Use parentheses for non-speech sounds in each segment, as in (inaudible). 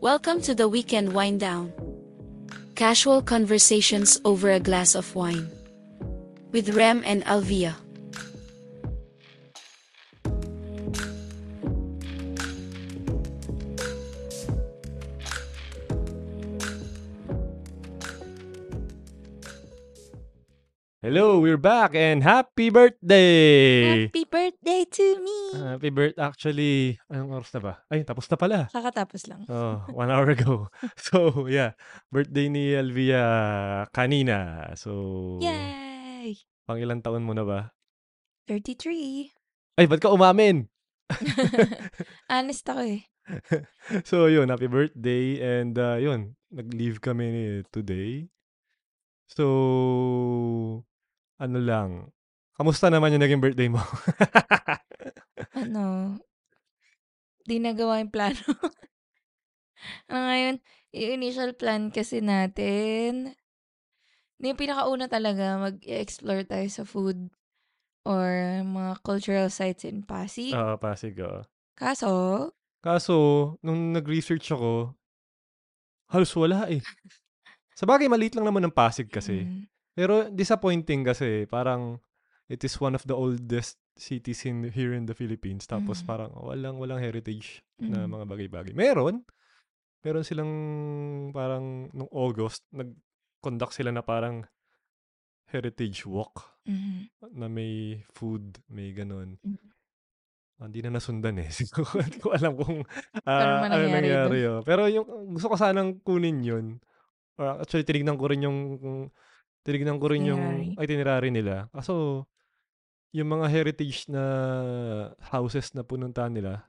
Welcome to the weekend wind down. Casual conversations over a glass of wine. With Rem and Alvia. Hello, we're back and happy birthday! Happy birthday to me! Happy birthday. Actually, anong oras na ba? Ay, tapos na pala. Kakatapos lang. Oh, one hour ago. (laughs) So, yeah. Birthday ni Alvia kanina. So, Yay! pang ilang taon mo na ba? 33. Ay, ba't ka umamin? (laughs) (laughs) Honest ako eh. So, yun. Happy birthday. And, uh, yun. Nag-leave kami ni- today. So, ano lang. Kamusta naman yung naging birthday mo? Ano? Di nagawa yung plano. (laughs) ano ngayon? Yung initial plan kasi natin. Yung pinakauna talaga, mag-explore tayo sa food or mga cultural sites in (laughs) Pasig. Oo, Pasig. oo. Kaso, Kaso, nung nag-research ako, halos wala eh. Sa bagay, maliit lang naman ng Pasig kasi. mm, Pero disappointing kasi, parang it is one of the oldest cities in here in the Philippines. Tapos Mhm. parang walang walang heritage na Mm. mga bagay-bagay. Meron. Meron silang parang nung August, nag-conduct sila na parang heritage walk mm, na may food, may ganun. Mm. Ah, Hindi na nasundan eh. (laughs) Siguro hindi ko alam kung ah, Parang mga ano nangyari nangyari. oh. Pero yung gusto ko sanang kunin yun. Or actually, tinignan ko rin yung tinignan ko rin yung itinerary nila. Kaso, yung mga heritage na houses na pununtahan nila,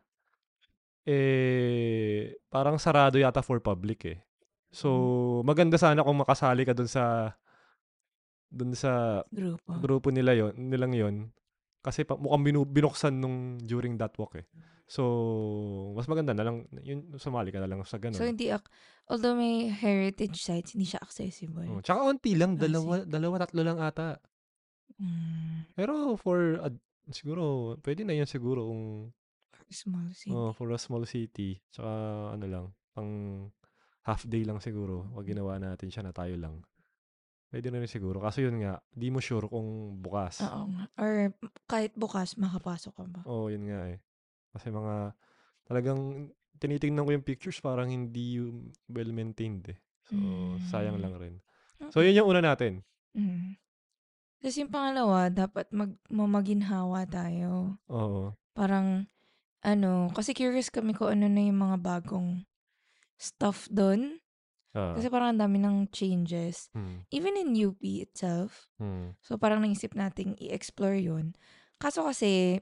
eh, parang sarado yata for public eh. So, Mm. maganda sana kung makasali ka dun sa dun sa grupo. grupo nila yon nilang yon kasi pa, mukhang binu- binuksan nung during that walk eh. So, mas maganda na lang, yun, sumali ka na lang sa ganun. So, hindi ak- although may heritage sites, hindi siya accessible. Oh, tsaka onti lang, Ah, dalawa, dalawa, tatlo lang ata. Mm, Pero for, ad- siguro, pwede na yun siguro kung, small city. oh, for a small city, tsaka ano lang, pang half day lang siguro, pag ginawa natin siya na tayo lang. Pwede na rin siguro. Kaso yun nga, di mo sure kung bukas. Oo nga. Or kahit bukas, makapasok ka ba? Oo, yun nga eh. Kasi mga, talagang tinitingnan ko yung pictures, parang hindi yung well-maintained eh. So, sayang Mm. lang rin. So, yun yung una natin. Mm. Tapos yung pangalawa, dapat mag mamaginhawa tayo. Oo. Parang, ano, kasi curious kami kung ano na yung mga bagong stuff doon. Ah, Kasi parang ang dami ng changes. hmm, Even in UP itself. hmm. So parang naisip nating i-explore yun. Kaso kasi,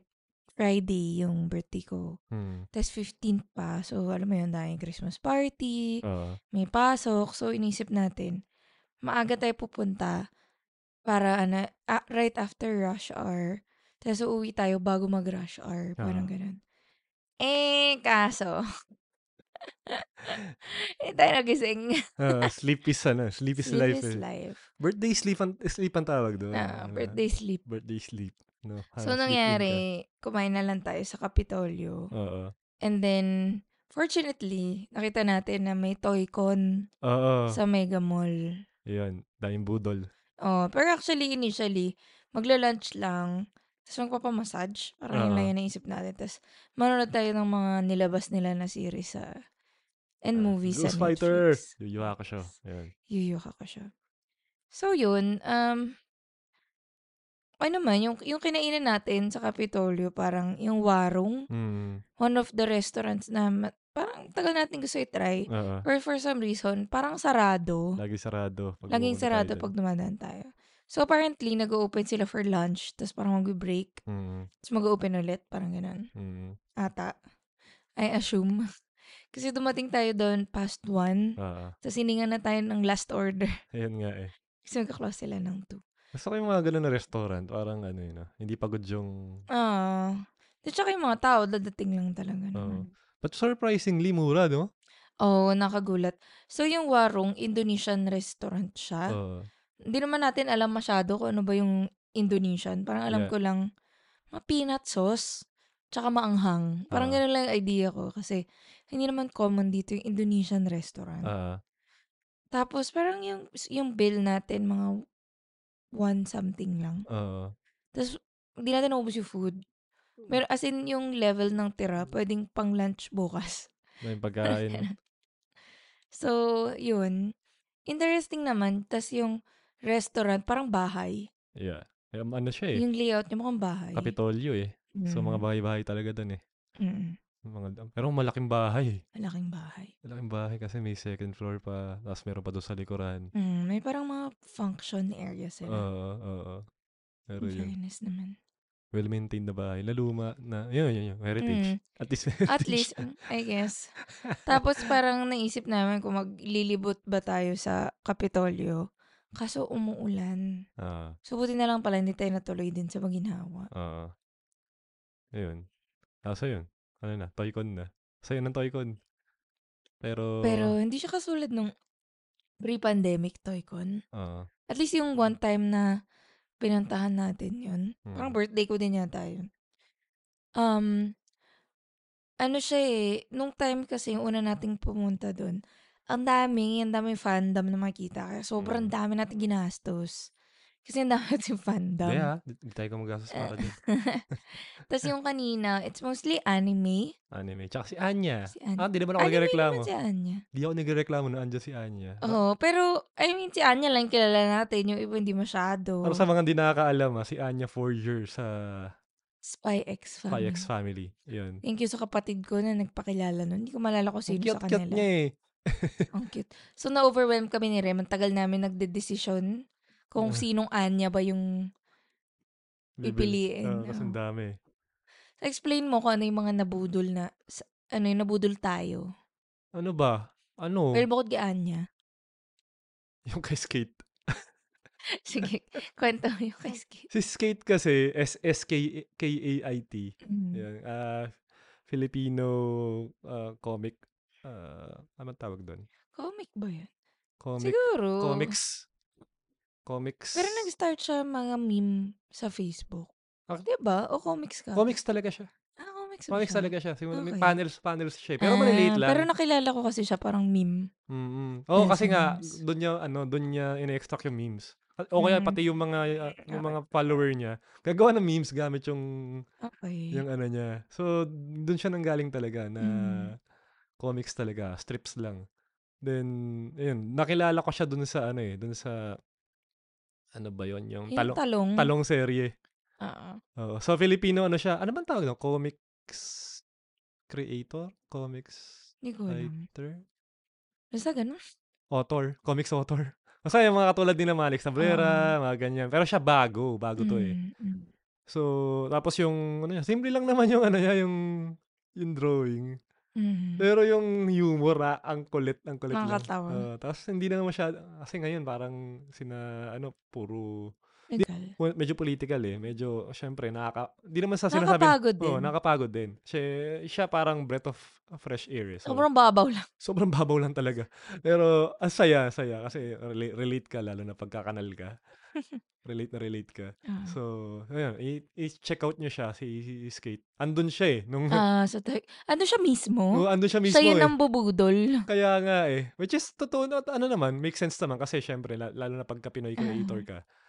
Friday yung birthday ko. hmm, (laughs) Tapos 15th pa. So, alam mo yun, dahil Christmas party. ah, may pasok. So, inisip natin, maaga tayo pupunta para ano, a- right after rush hour. Tapos uuwi tayo bago mag-rush hour. Parang Ah. ganun. Eh, kaso. (laughs) Hindi tayo (laughs) nagising. ah, sleep is ano, sleep is Sleep life. is eh. life. Birthday sleep ang, sleep ang tawag doon. Ah, Ano, birthday sleep. Birthday sleep. No, parang So, sleep in ka. nangyari, kumain na lang tayo sa Kapitolyo. Oo. And then, fortunately, nakita natin na may toy con Oo. sa Mega Mall. Yun, daming budol. Oh, pero actually, initially, magla-lunch lang, tapos magpapamassage. Parang yun Oo. lang yung naisip natin. Tapos manonood tayo ng mga nilabas nila na series sa and Ah, movies sa Ghost Fighter! Netflix. Yuyu Hakusho. Yun. Yuyu Hakusho. So, yun. Um, ano naman, yung, yung kinainan natin sa Capitolio, parang yung Warung, Hmm. one of the restaurants na ma- parang tagal natin gusto i-try. Oo. But for some reason, parang sarado. Lagi sarado. pag pumunta Laging tayo sarado dyan. pag dumadaan tayo. So apparently, nag-open sila for lunch, tapos parang mag-break, Hmm. tapos mag-open ulit, parang ganun. Mm. Ata. I assume. (laughs) Kasi dumating tayo doon past one, Ah, tapos hiningan na tayo ng last order. (laughs) ayun nga eh. Kasi magka-close sila ng two. Gusto ko yung mga ganun na restaurant. Parang ano yun, ah, hindi pagod yung... Ah. At saka yung mga tao, dadating lang Oo. talaga naman. But surprisingly mura, no? Oo, oh, nakagulat. So yung Warung, Indonesian restaurant siya. Oo. Hindi naman natin alam masyado kung ano ba yung Indonesian. Parang alam Yeah. ko lang, mga peanut sauce, tsaka maanghang. Parang Ah. ganun lang yung idea ko. Kasi hindi naman common dito yung Indonesian restaurant. Ah, Tapos parang yung yung bill natin mga one something lang. oo. Tapos hindi natin naubos yung food. Hmm. Pero as in yung level ng tira, pwedeng pang lunch bukas. (laughs) may pagkain. So, yun. Interesting naman. Tapos yung restaurant, parang bahay. yeah. Eh, ano siya eh. Yung layout niya mukhang bahay. Kapitolyo eh. So, Mm. mga bahay-bahay talaga doon eh. Mm. Mga, um, pero malaking bahay eh. Malaking bahay. Malaking bahay kasi may second floor pa. Tapos meron pa doon sa likuran. Mm, may parang mga function area Oo, sila. oo. Pero In yun, fairness naman. well-maintained na bahay. Naluma na, yun, yun, yun. Heritage. Mm. At least (laughs) At heritage. least, mm, I guess. Tapos parang naisip namin kung maglilibot ba tayo sa Kapitolyo. Kaso umuulan. Ah, So buti na lang pala hindi tayo natuloy din sa Maginhawa. oo. Ayun. Tapos yun. Ano na, Toycon na. Sa'yo ng Toycon. Pero, Pero hindi siya kasulad nung pre-pandemic Toycon. oo. At least yung one time na pinuntahan natin yun. Mm. Parang birthday ko din yata yun. Um, ano siya eh, nung time kasi yung una nating pumunta doon, ang daming, ang daming fandom na makita. Kaya sobrang Mm. dami natin ginastos. Kasi ang dami (laughs) natin fandom. Hindi ah, hindi tayo gumagastos para din. Tapos yung kanina, it's mostly anime. Anime. Tsaka si Anya. Si Anya. Ah, hindi naman ako Anime nagreklamo. naman si Anya. Hindi ako nagreklamo na andyan si Anya. Oo, pero, I mean, si Anya lang yung kilala natin. Yung iba hindi masyado. Para sa mga hindi nakakaalam, ah, si Anya Forger sa Spy X Family. Payex Family. Yun. Thank you sa kapatid ko na nagpakilala nun. Hindi ko malala kung Ang sino sa cute-cute kanila. niya eh. Ang cute. So, na-overwhelm kami ni Rem. Ang tagal namin nagde-decision Ah. kung sinong Anya ba yung... Pipiliin, Oo, kasi ang oo. dami. Explain mo kung ano yung mga nabudol na... sa- Ano yung nabudol tayo. Ano ba? Ano? (laughs) Pero bukod kay Anya. (laughs) Yung kay Skate. Sige, kwento mo yung kay Skip. Si Skate kasi, S-S-K-A-I-T. Mm. Yan. ah, Filipino ah, comic. ah ano tawag doon? Comic ba yun? Comic. Siguro. Comics. Comics. Pero nag-start siya mga meme sa Facebook. Ak- Diba? O comics ka? Comics talaga siya. Ah, comics ba Ah. Comics siya? talaga siya. Siguro may Okay. panels, panels siya. eh. Pero maliliit Ah, lang. Pero nakilala ko kasi siya parang meme. mm Oo, kasi nga Yes. doon niya ano, doon niya in-extract yung memes. At- O kaya Mm. pati yung mga uh, yung mga follower niya, gagawa ng memes gamit yung Okay. yung ano niya. So doon siya nanggaling talaga na Mm. comics talaga, strips lang. Then ayun, nakilala ko siya doon sa ano eh, doon sa ano ba 'yon, yung Yung hmm. talong talong. talong serye. Ah, ah. Oo. So Filipino ano siya? Ano bang tawag no? Comics creator, comics Hindi ko alam. writer. Basta ganun. author, comics author. (laughs) Basta yung mga katulad ni na Malik Tablera, mga ganyan. Pero siya bago, bago to eh. Mm, mm. So, tapos yung, ano yun, simple lang naman yung, ano niya, yung, yung drawing. Mm. Pero yung humor, ah, ang kulit, ang kulit Nakakatawa. lang. Oo, tapos hindi na masyado, kasi ngayon parang sina, ano, puro, Legal. well, medyo political eh. Medyo, syempre, nakaka, hindi naman sa sinasabi. Nakapagod din. Oo, nakapagod din. Siya, siya parang breath of fresh air. eh. So, Sobrang babaw lang. sobrang babaw lang talaga. Pero ang saya, saya kasi rela- relate ka lalo na pagkakanal ka. relate na relate (laughs) ka. (laughs) Ah, So, ayun, i- i-check out nyo siya si, si Skate. Andun siya eh nung (laughs) Ah, so ta- ano siya mismo? oh, andun siya mismo siya yun eh. ang bubudol. Kaya nga eh. Which is totoo na ano naman, make sense naman kasi syempre la- lalo na pagka Pinoy creator Mm-hmm. ka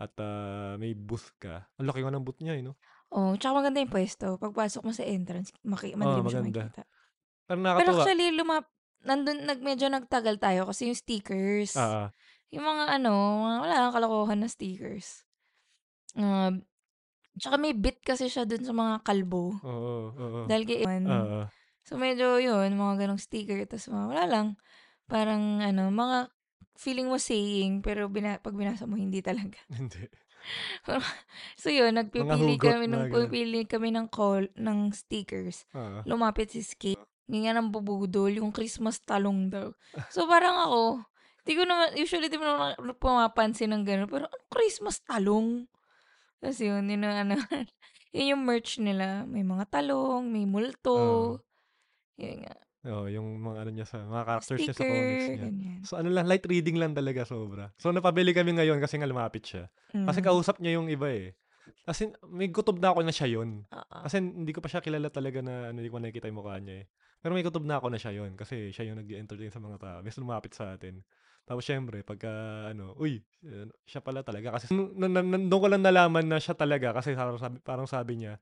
at ah, may booth ka. Ang laki nga ng booth niya eh, no? Oh, tsaka maganda yung pwesto. Pagpasok mo sa entrance, maki- madaling siya maganda. makita. Pero Pero nakakatuwa. actually, lumap, nandun, nag, medyo nagtagal tayo kasi yung stickers. Ah, ah. Yung mga ano, mga, wala kang kalokohan na stickers. Um, tsaka may bit kasi siya dun sa mga kalbo. oo, oo. oo. Dahil mm. kay Ewan. Ah, (laughs) ah. So medyo yun, mga ganong sticker. Tapos mga wala lang. Parang ano, mga feeling mo saying, pero bina- pag binasa mo, hindi talaga. (laughs) hindi. So yun, nagpipili hugot, kami, nung mga ganun. pipili kami ng call, ng stickers. Ah, ah. Lumapit si Skate. Hindi nga nang bubudol, yung Christmas talong daw. So parang ako, di ko naman, usually di mo naman ako pumapansin ng gano'n. Pero ano Christmas talong? Tapos yun, yun ang ano, (laughs) yun yung merch nila. May mga talong, may multo. yun nga. Oo, yung mga ano niya sa mga characters niya sa comics Sticker, niya. ganyan. So ano lang, light reading lang talaga sobra. So napabili kami ngayon kasi nga lumapit siya. Kasi Mm. kausap niya yung iba eh. As in, may gutob na ako na siya yun. Oo. Kasi hindi ko pa siya kilala talaga na ano, hindi ko pa nakikita yung mukha niya eh. Pero may kutob na ako na siya yun kasi siya yung nag-entertain sa mga tao. Mas lumapit sa atin. Tapos syempre, pagka ano, uy, ano, siya pala talaga. Kasi nung- nung- nung- nung- doon ko lang nalaman na siya talaga kasi parang sabi, parang sabi niya,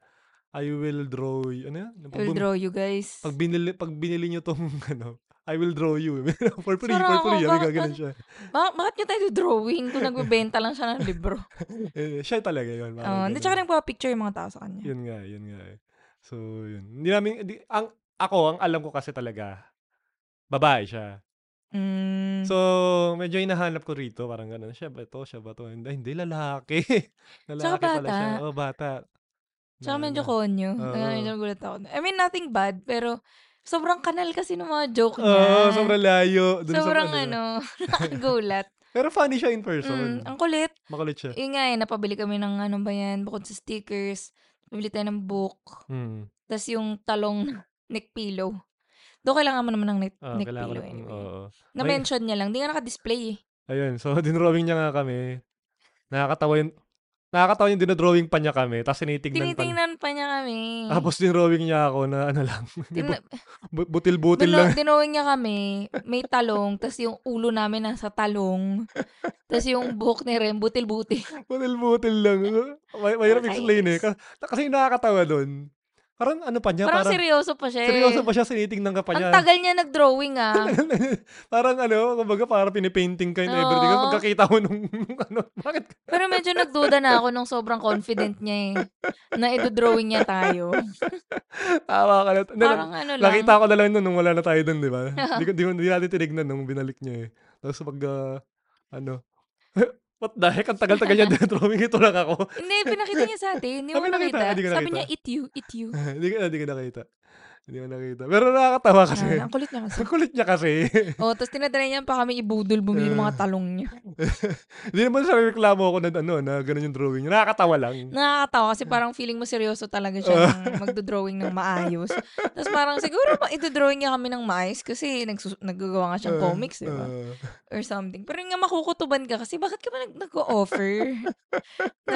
I will draw, y- ano yan? Yung I will bum- draw you guys. Pag binili, pag binili niyo tong (laughs) ano, I will draw you. (laughs) for free, for Sarang ako, free. Ano bakit- gaganan siya? Ba- bakit nyo tayo drawing kung nagbebenta lang siya ng libro? Eh, siya talaga yun. (laughs) parang Oo, Hindi, ganun. Oh, tsaka nagpa-picture yung mga tao sa kanya. Yun nga, yun nga eh. So, yun. Hindi namin, di, ang, ako, ang alam ko kasi talaga, babae siya. Mm. So, So, medyo hinahanap ko rito, parang ganun, siya ba to, siya ba to? Hindi, hindi lalaki. (laughs) lalaki Tsaka pala siya. bata. Oh, bata. tsaka Na- medyo na- konyo. Oo. Kaya medyo nagulat ako. I mean, nothing bad, pero sobrang kanal kasi ng mga joke niya. Oo, sobrang layo. Dun sa Sobrang ano. (laughs) ano, nakagulat. Pero funny siya in person. mm, ang kulit. Makulit siya. Yun nga eh, napabili kami ng ano ba yan, bukod sa stickers, nabili tayo ng book, Mm. tas yung talong na (laughs) neck pillow. Doon kailangan mo naman ng neck, Ah, neck kailangan ko pillow. na- Anyway. oo. Na-mention niya lang, di nga naka-display eh. Ayun, so (laughs) dinrawing niya nga kami. Nakakatawa yung, nakakatawa yung dinodrawing pa niya kami, tapos tinitignan pa Ah, Tinitingnan pa niya kami. Tapos dinrawing niya ako na ano lang, (laughs) may Mm. Tin- bu- butil-butil lang. Dino, dinawin niya kami, may talong, tas yung ulo namin nasa talong, tas yung buhok ni Rem, butil-butil. butil-butil lang. (laughs) May, mahirap Nakakainis. explain eh. Ka- Kasi yung nakakatawa doon. Parang ano pa niya, Parang parang, seryoso pa siya eh. seryoso pa siya, sinitingnan ka pa Ang niya. tagal niya nag-drawing ah. (laughs) parang ano, kumbaga parang pinipainting ka and Oo. everything. Kasi pagkakita mo nung, (laughs) nung ano, bakit? Pero medyo nagduda na ako nung sobrang confident niya eh. Na i-drawing niya tayo. Tawa ka na. Hindi, Parang ano lang. Nakita ko na lang nun nung wala na tayo dun, di (laughs) ba? Di, ko- di, ko- di natin tinignan nung binalik niya eh. Tapos pag, ah, ano, (laughs) what the heck, ang tagal-tagal (laughs) niya drawing, ito lang ako. Hindi, pinakita niya sa atin. Hindi Ah, mo ba pinakita? nakita. Hindi ko Sabi nakita. niya, eat you, eat you. hindi ko, hindi ko nakita. Hindi ko nakita. Pero nakakatawa kasi. Ah, (laughs) ang kulit niya kasi. Ang kulit niya kasi. (laughs) Oh, tapos tinatry niya pa kami Eh. ibudol bumili ng mga talong niya. Hindi naman sa reklamo ako na, ano, na ganun yung drawing niya. Nakakatawa lang. Nakakatawa kasi parang feeling mo seryoso talaga siya (laughs) ng magdo-drawing ng maayos. Tapos parang siguro pa i-drawing niya kami ng maayos kasi nagsus- naggagawa nga siyang Ah, comics, di ba? ah. Or something. Pero yun nga makukutuban ka kasi bakit ka ba nag- (laughs) nag-offer?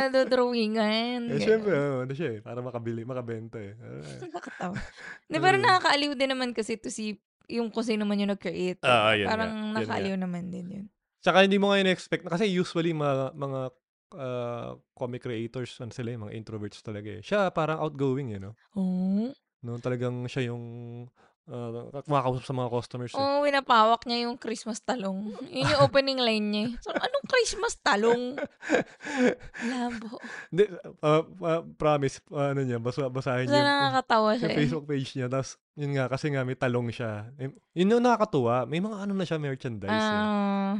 Nadodrawingan. eh, ganun. syempre, ah, ano siya eh. Para makabili, makabenta eh. Ah. Nakakatawa. Hindi, pero Mm. nakakaaliw din naman kasi to see yung kung sino man yung nag-create. Ah, yun Parang nga, yun nga. nakaaliw naman din yun. Tsaka hindi mo nga in-expect. na- Kasi usually mga, mga ah, comic creators, ano sila eh, mga introverts talaga eh. Siya parang outgoing eh, no? Oo. no talagang siya yung ah, kumakausap sa mga customers eh. Oo, winapawak niya yung Christmas talong. Yun yung opening line niya. eh. So, anong Christmas talong? Labo. Hindi, ah, ah, promise, ah, ano niya, basa, basahin Basta niyo. nakakatawa siya Yung eh. Facebook page niya. Tapos, yun nga, kasi nga may talong siya. Eh, Yun yung nakakatuwa. May mga ano na siya, merchandise. eh. Ah,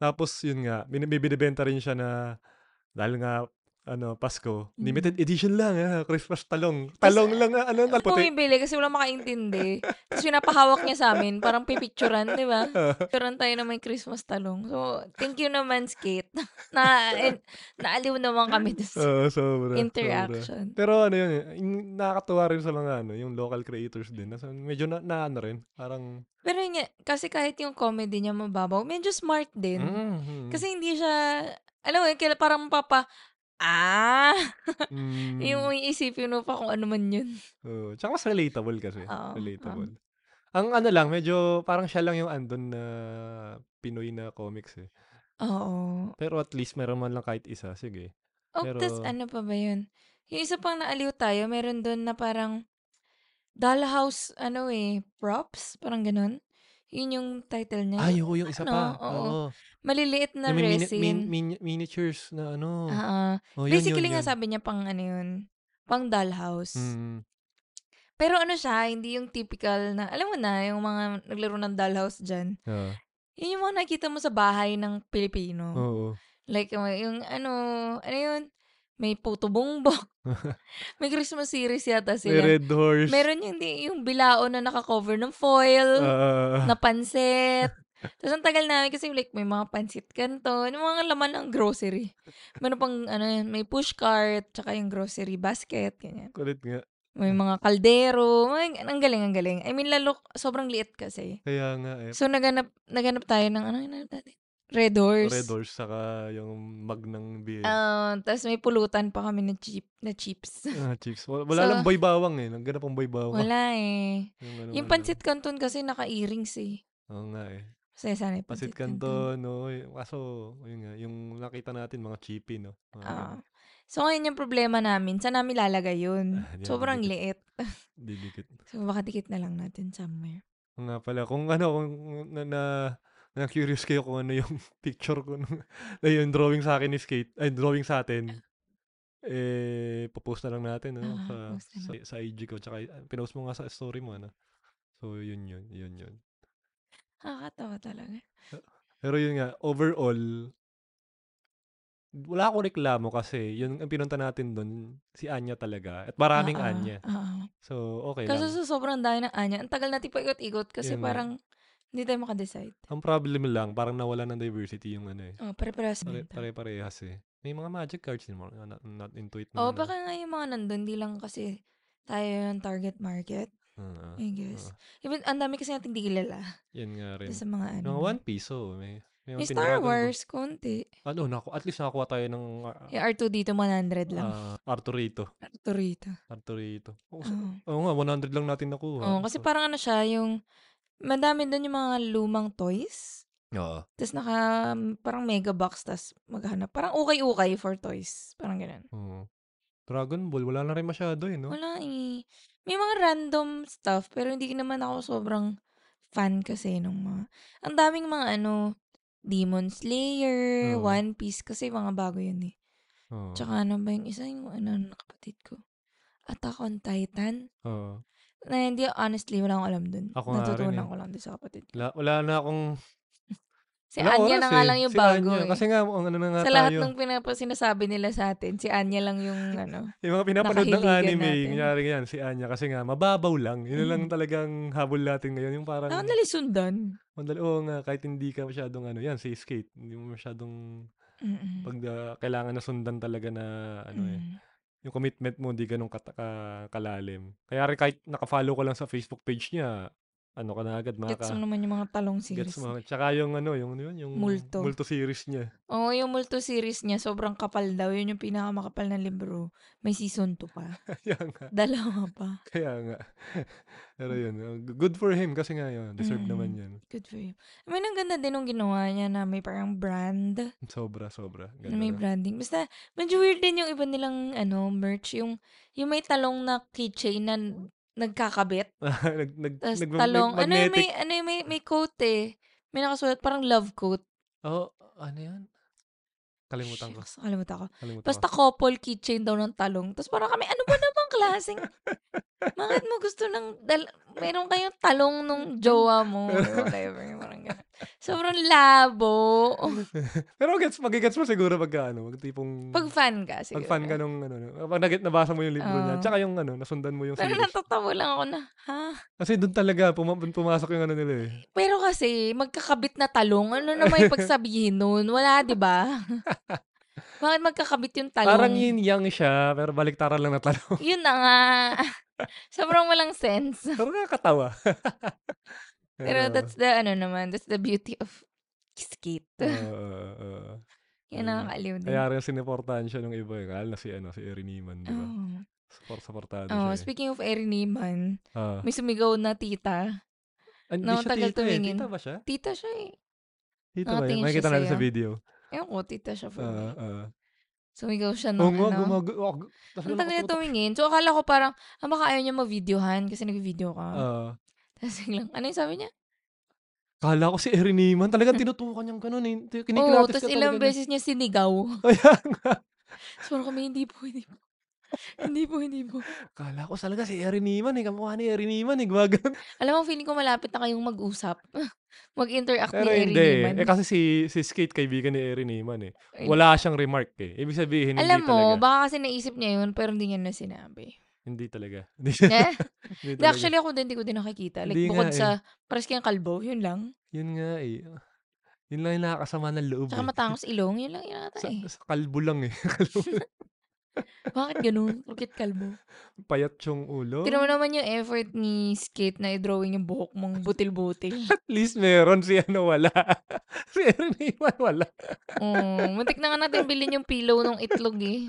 Tapos, yun nga, bin- binibenta rin siya na, dahil nga, ano, Pasko, limited Mm. edition lang, ha, Christmas talong. Talong lang, ah, ano, tal- puti. bumibili kasi wala makaintindi. Tapos pinapahawak niya sa amin. Parang pipicturan, di ba? Picturan tayo na may Christmas talong. So, thank you naman, Skate. (laughs) na, eh, naaliw naman kami dun sa Oo, sobra. sobra. interaction. Pero ano yun, eh, yung nakakatuwa rin sa mga ano, yung local creators din. Nasa, medyo na, na ano rin, parang, Pero yun nga, kasi kahit yung comedy niya mababaw, medyo smart din. mm, Kasi hindi siya, alam mo, yun, kaila parang papa, ah, (laughs) mm, yung iisipin mo pa kung ano man yun. Oo, tsaka mas relatable kasi. Oo, relatable. Ang ano lang, medyo parang siya lang yung andon na Pinoy na comics eh. Oo. Pero at least meron man lang kahit isa. Sige. Oh, Pero- tas ano pa ba yun? Yung isa pang naaliw tayo, meron doon na parang dollhouse, ano eh, props? Parang ganun. Yun yung title niya. Ay, oo, yung isa ano, pa. oo. Oo. Maliliit na Yung may mini- resin. min- min- miniatures na ano. Ah, ah. Oh, yun, Basically yun, nga yun. sabi niya pang ano yun, pang dollhouse. Mm, Pero ano siya, hindi yung typical na, alam mo na, yung mga naglaro ng dollhouse dyan. ah, Yun yung mga nakita mo sa bahay ng Pilipino. oo. Like, yung, yung ano, ano yun, may puto bongbong. (laughs) (laughs) may Christmas series yata May sila. red horse. Meron yung, yung bilao na nakakover ng foil, Ah, na (laughs) pansit. Tapos ang tagal namin kasi like may mga pansit kanto, yung mga laman ng grocery. Meron pang ano, yun, may push cart, tsaka yung grocery basket, ganyan. kulit nga. May Hmm. mga kaldero, mga- ang galing, ang galing. I mean, lalo, sobrang liit kasi. Kaya nga eh. So, naganap, naganap tayo ng, ano, naganap natin? Red Doors. Red doors, saka yung mug ng beer. Ah, tas may pulutan pa kami na, chip, na chips. Ah, chips. Wala, wala So- lang boy bawang eh. Nagganap ang boy bawang. Wala eh. Yung, ano, Yung wala. pancit canton kasi naka-earrings eh. Oo nga eh. Masaya sana yung Pasit pancit kanto, no? eh, Kaso, yun nga, yung nakita natin, mga chippy, no? Mga Ah. so ngayon yung problema namin, saan namin lalagay yun? Ah, di Sobrang namin liit. didikit. So baka dikit na lang natin somewhere. Nga pala, kung ano, kung na, na, na curious kayo kung ano yung (laughs) picture ko nung, na yung drawing sa akin ni Skate, ay drawing sa atin. Eh, papost na lang natin, ano, Ah, sa, post na sa, sa IG ko, tsaka ah, pinost mo nga sa story mo, ano. So, yun yun, yun yun. Nakakatawa talaga. Pero yun nga, overall, wala akong reklamo kasi yun ang pinunta natin doon, si Anya talaga. At maraming Ah, ah, Anya. ah. So, okay Kaso lang. sa sobrang dahil ng anya, ang tagal natin paikot-ikot kasi Yun nga. parang hindi tayo makadecide. Ang problem lang, parang nawala ng diversity yung ano eh. Oh, pare-parehas Pare, pare, pare. pare-parehas eh. May mga magic cards din mo. Not, not into it naman, Oh, ah. baka nga yung mga nandun, di lang kasi tayo yung target market, Ah, ah, I ah. guess. Even, ang dami kasi natin di kilala yan nga rin. sa mga ano. Mga one piso. May, may, Yung mga Star pinaragon mo. Wars, konti. Ano, naku, at least nakakuha tayo ng ah, Yung R2 dito, 100 lang. ah, Arturito. R2 rito. Arturito. Oo Oo. oo nga, 100 lang natin nakuha. Ah. Oo, kasi So, parang ano siya, yung madami doon yung mga lumang toys. oo. Tapos naka, parang mega box, tas maghanap. Parang ukay-ukay for toys. Parang ganun. Oo. Dragon Ball, wala na rin masyado eh, no? Wala eh. May mga random stuff, pero hindi naman ako sobrang fan kasi nung mga... Ang daming mga ano, Demon Slayer, Oo. One Piece, kasi mga bago yun eh. Oo. Tsaka ano ba yung isa yung ano, ng kapatid ko? Attack on Titan? Oo. Na hindi, honestly, wala akong alam dun. Ako nga rin Natutunan eh. ko lang dun sa kapatid. Wala, wala na akong... Si wala Anya na oras nga eh. lang yung Si bago Anya. eh. Kasi nga, ang ano na nga sa lahat tayo. ng pinapa sinasabi nila sa atin, si Anya lang (laughs) yung ano. Yung mga pinapanood ng nakahiligan anime, natin. Mm. nangyari yan, si Anya. Kasi nga, mababaw lang. Yun na lang talagang habol natin ngayon. Yung parang, Nakadali sundan. mandali, oo nga, kahit hindi ka masyadong ano, yan, si Skate. Hindi mo masyadong, Mm-mm. pag ah, kailangan na sundan talaga na, ano eh, Mm. yung commitment mo, hindi ganun kata- ka- kalalim. Kaya rin kahit nakafollow ko lang sa Facebook page niya, ano ka na agad, Gets mo maka... naman yung mga talong series. Gets mo. Tsaka yung ano, yung, yun, yung Multo. multo series niya. (laughs) Oo, yung multo series niya, sobrang kapal daw. Yun yung pinakamakapal na libro. May season 2 (laughs) pa. Kaya nga. Dalawa pa. Kaya nga. Pero yun, uh, good for him kasi nga yun, deserve naman Mm. yun. Good for you. I mean, ang ganda din nung ginawa niya na may parang brand. Sobra, sobra. na Ganda na. may branding. Basta, medyo weird din yung iba nilang ano, merch. Yung, yung may talong na keychain na n- nagkakabit. (laughs) nag, nag, Tapos nagma- talong. Ano yung may, magnetic. ano yung may, may coat eh. May nakasulat, parang love coat. Oh, ano yan? Kalimutan ko. Shucks, nakalimutan ko. Kalimutan Basta ko. couple keychain daw ng talong. Tapos parang kami, ano ba namang (laughs) klaseng... Bakit mo gusto ng... Dal- meron kayong talong nung jowa mo. or Whatever. Parang ganun. Sobrang (laughs) labo. Pero gets, magigets mo siguro pagka ano, pag tipong... Pag ah. fan ka, siguro. pag fan ka nung ano, ano, pag nag- nabasa mo yung libro niya, Oo. tsaka yung ano, nasundan mo yung Ah. Pero series. natatawa lang ako na, ha? Kasi doon talaga, puma- pumasok yung ano nila eh. Pero kasi, magkakabit na talong, ano na may pagsabihin nun? Wala, di (laughs) ba? Bakit magkakabit yung talong? Parang yin yang siya, pero baliktaran lang na talo. Yun na nga. (laughs) Sobrang walang sense. (laughs) pero nakakatawa. (laughs) Pero that's the, ano naman, that's the beauty of skate. (laughs) Oo, oo, oo. Ayun. Yan nakakaliw din. Mm. Kaya rin siniportahan siya nung iba. Eh. Kala na si, ano, si Erin Neiman, di ba? Oh. Support, supportado Oh, siya. Eh. speaking of Erin Neiman, Ah. may sumigaw na tita. Ah, hindi no, siya tagal tita eh. tumingin. Tita ba siya? Tita siya eh. Tita ba yun? Nakatingin Ah, siya Makikita natin sa sa'yo. video. Ewan ko, tita siya for me. Ah, ah. Sumigaw siya ng Oo nga, ano. gumag... oh, gu- tas Ang ganun tagal niya nakatutok. tumingin. So, akala ko parang, ah, baka ayaw niya ma-videohan kasi nag-video ka. Ah. (laughs) Tapos biglang, ano yung sabi niya? Kala ko si Erin Neiman. (laughs) Talagang tinutukan niyang ganun eh. Ti- Oo, Kinikilatis tapos niya ilang talaga. beses niya sinigaw. (laughs) Kaya nga. So, parang kami, hindi po, hindi po. hindi po, hindi po. Kala ko talaga si Erin Neiman eh. Kamukha ni Erin Neiman eh. Gumagano. Alam mo, feeling ko malapit na kayong mag-usap. (laughs) Mag-interact Pero ni Erin hindi. eh. Neiman. Eh kasi si, si Skate kaibigan ni Erin Neiman eh. Ayun. Wala siyang remark eh. Ibig sabihin, hindi Alam mo, talaga. baka kasi naisip niya yun, pero hindi niya na sinabi. Hindi talaga. (laughs) Hindi siya- Eh? hindi Hindi, talaga. Actually, ako din, hindi ko din nakikita. Like, Hindi nga bukod eh. sa, pares kayang kalbo, yun lang. Yun nga eh. Yun lang yung nakakasama ng loob Tsaka eh. (laughs) matangos ilong, yun lang yun ata Sa, eh. sa kalbo lang eh. Bakit ganun? Bakit kalbo? Payat yung ulo. Tira mo naman yung effort ni Skate na i-drawing yung buhok mong (laughs) butil-butil. At least meron si ano wala. (laughs) si Erin Iman wala. Oo, Mm, muntik na nga natin bilhin yung pillow nung itlog eh.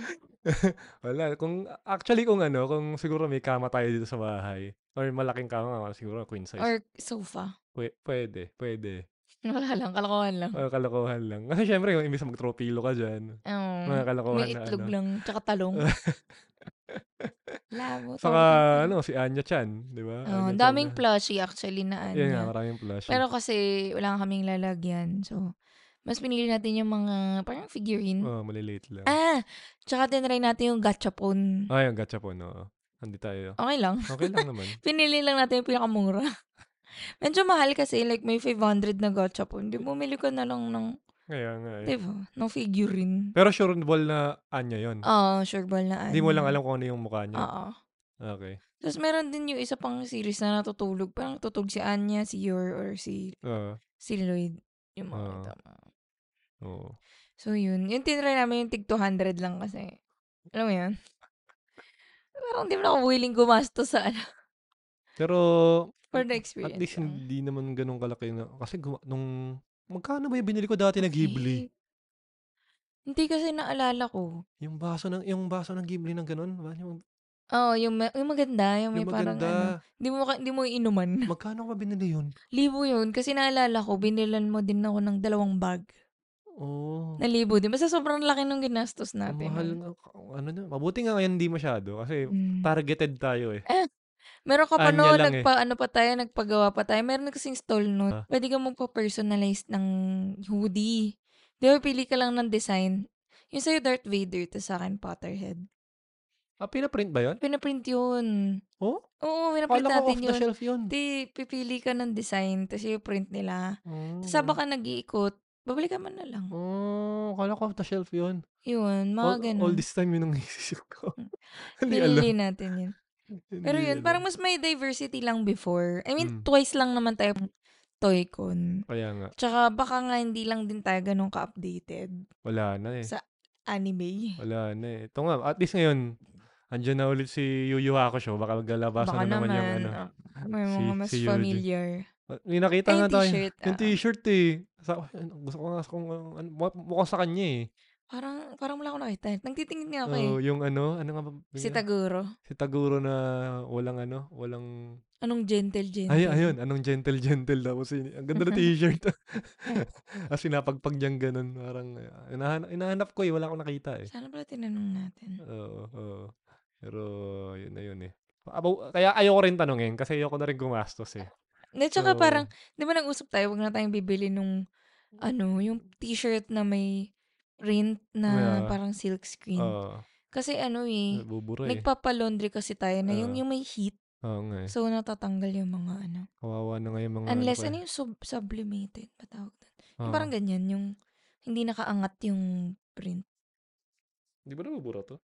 Wala. Kung, actually kung ano, kung siguro may kama tayo dito sa bahay. Or malaking kama, mga siguro queen size. Or sofa. (laughs) Pwe- pwede, pwede. Wala lang, kalokohan lang. Mga kalokohan lang. Kasi syempre, kung imbis na magtropilo ka dyan, Oo. mga kalokohan Um, Hmm, May na itlog ano. lang, tsaka talong. Labo. Saka, talong. ano, si Anya Chan, di ba? Oo, Anya Chan Oh, daming na- plushie actually na ano. Yan nga, maraming plush. Pero kasi wala kaming lalagyan. So, mas pinili natin yung mga parang figurine. oh, malilate lang. Ah! Tsaka tinry natin yung gachapon. Ay, ang gacha po, no? Hindi tayo. Okay lang. (laughs) Okay lang naman. Pinili lang natin yung pinakamura. (laughs) Medyo mahal kasi. Like, may 500 na gachapon. Di bumili ko na lang ng, Kaya nga eh. di ba, ng figurine. Pero sure ball na Anya yon. Oo, sure ball na ano. Hindi mo lang alam kung ano yung mukha niya. Oo. Okay. Tapos meron din yung isa pang series na natutulog. Parang tutulog si Anya, si Yor, or si, Oo. si Lloyd. Yung mga Oo. tama. Oo. So, yun. Yung tinry namin yung tig 200 lang kasi. Alam mo yun? Parang di mo na ako willing gumasto sa ano, Pero, for at the experience. least lang. hindi naman ganun kalaki na. Kasi guma- nung, magkano ba yung binili ko dati na Ghibli? Eh, Hindi kasi naalala ko. Yung baso ng, yung baso ng Ghibli ng ganun. ba? Yung, Oo, yung, ma- yung maganda. Yung may yung parang ano. maganda. Hindi mo, ka- di mo inuman. Magkano ko ba binili yun? (laughs) Libo yun. Kasi naalala ko, binilan mo din ako ng dalawang bag. Oo. Na libo din. Basta sobrang laki nung ginastos Oh, Ang natin. mahal nga. Ano na. Mabuti nga ngayon hindi masyado. Kasi Mm. targeted tayo eh. Meron ka pa Anya noon, lang eh. nagpa, ano pa tayo, nagpagawa pa tayo. Meron kasing stall noon. Ah. Pwede ka magpa-personalize ng hoodie. Di ba, pili ka lang ng design. Yung sa'yo, Darth Vader, to sa akin, Potterhead. Ah, pinaprint ba yun? Pinaprint yun. Oh? Oo, pinaprint Kala ko natin off the yun. shelf yun. Di, pipili ka ng design, tapos yung print nila. Oh. Tapos habang ka nag-iikot, babalikan mo na lang. Oh, kala ko off the shelf yun. Yun, mga All, ganun. all this time yun ang (laughs) naisisip ko. Hindi alam. Nilili natin yun. Pero (laughs) Hindi yun, alam. parang mas may diversity lang before. I mean, Mm. twice lang naman tayo Toy-Con. Kaya nga, Tsaka baka nga hindi lang din tayo ganun ka-updated. wala na eh. Sa- Anime. Wala na eh. Ito nga, at least ngayon, andyan na ulit si Yu Yu Hakusho. Baka maglalabasan Baka na naman, yung ano. ah, may mga si- mas si Yuji. familiar. Ah, May nakita Ay, nga yung tayo. t-shirt, Yung ah. t-shirt eh. Sa, gusto ko nga sa kung ano, ano, mukha- mukhang sa kanya eh. Parang, parang wala akong nakita. Nagtitingin nga ako eh. Oh, yung ano, ano nga ba? si bigla? Taguro. si Taguro na walang ano, walang... Anong gentle, gentle. Ay, ayun, anong gentle, gentle tapos yun. Ang ganda ng t-shirt. (laughs) (laughs) As sinapagpag niyang ganun. Parang, ah, inahanap, inahanap ko eh, wala akong nakita eh. Sana pala tinanong natin. Oo, oo. Pero, yun na yun eh. Abo, kaya ayoko rin tanongin kasi ayoko na rin gumastos eh. At tsaka So, parang, di ba nag-usap tayo, wag na tayong bibili nung, ano, yung t-shirt na may print na Yeah. parang silk screen. Oo, Kasi ano eh, bubura Oh. eh. nagpapalondry kasi tayo na yung, Ah. yung may heat. Oo nga eh. So, natatanggal yung mga ano. Kawawa na nga yung mga... Unless, ko eh. ano yung sub- sublimated, ba tawag doon? Yung Oo. parang ganyan, yung hindi nakaangat yung print. Di ba na bubura to?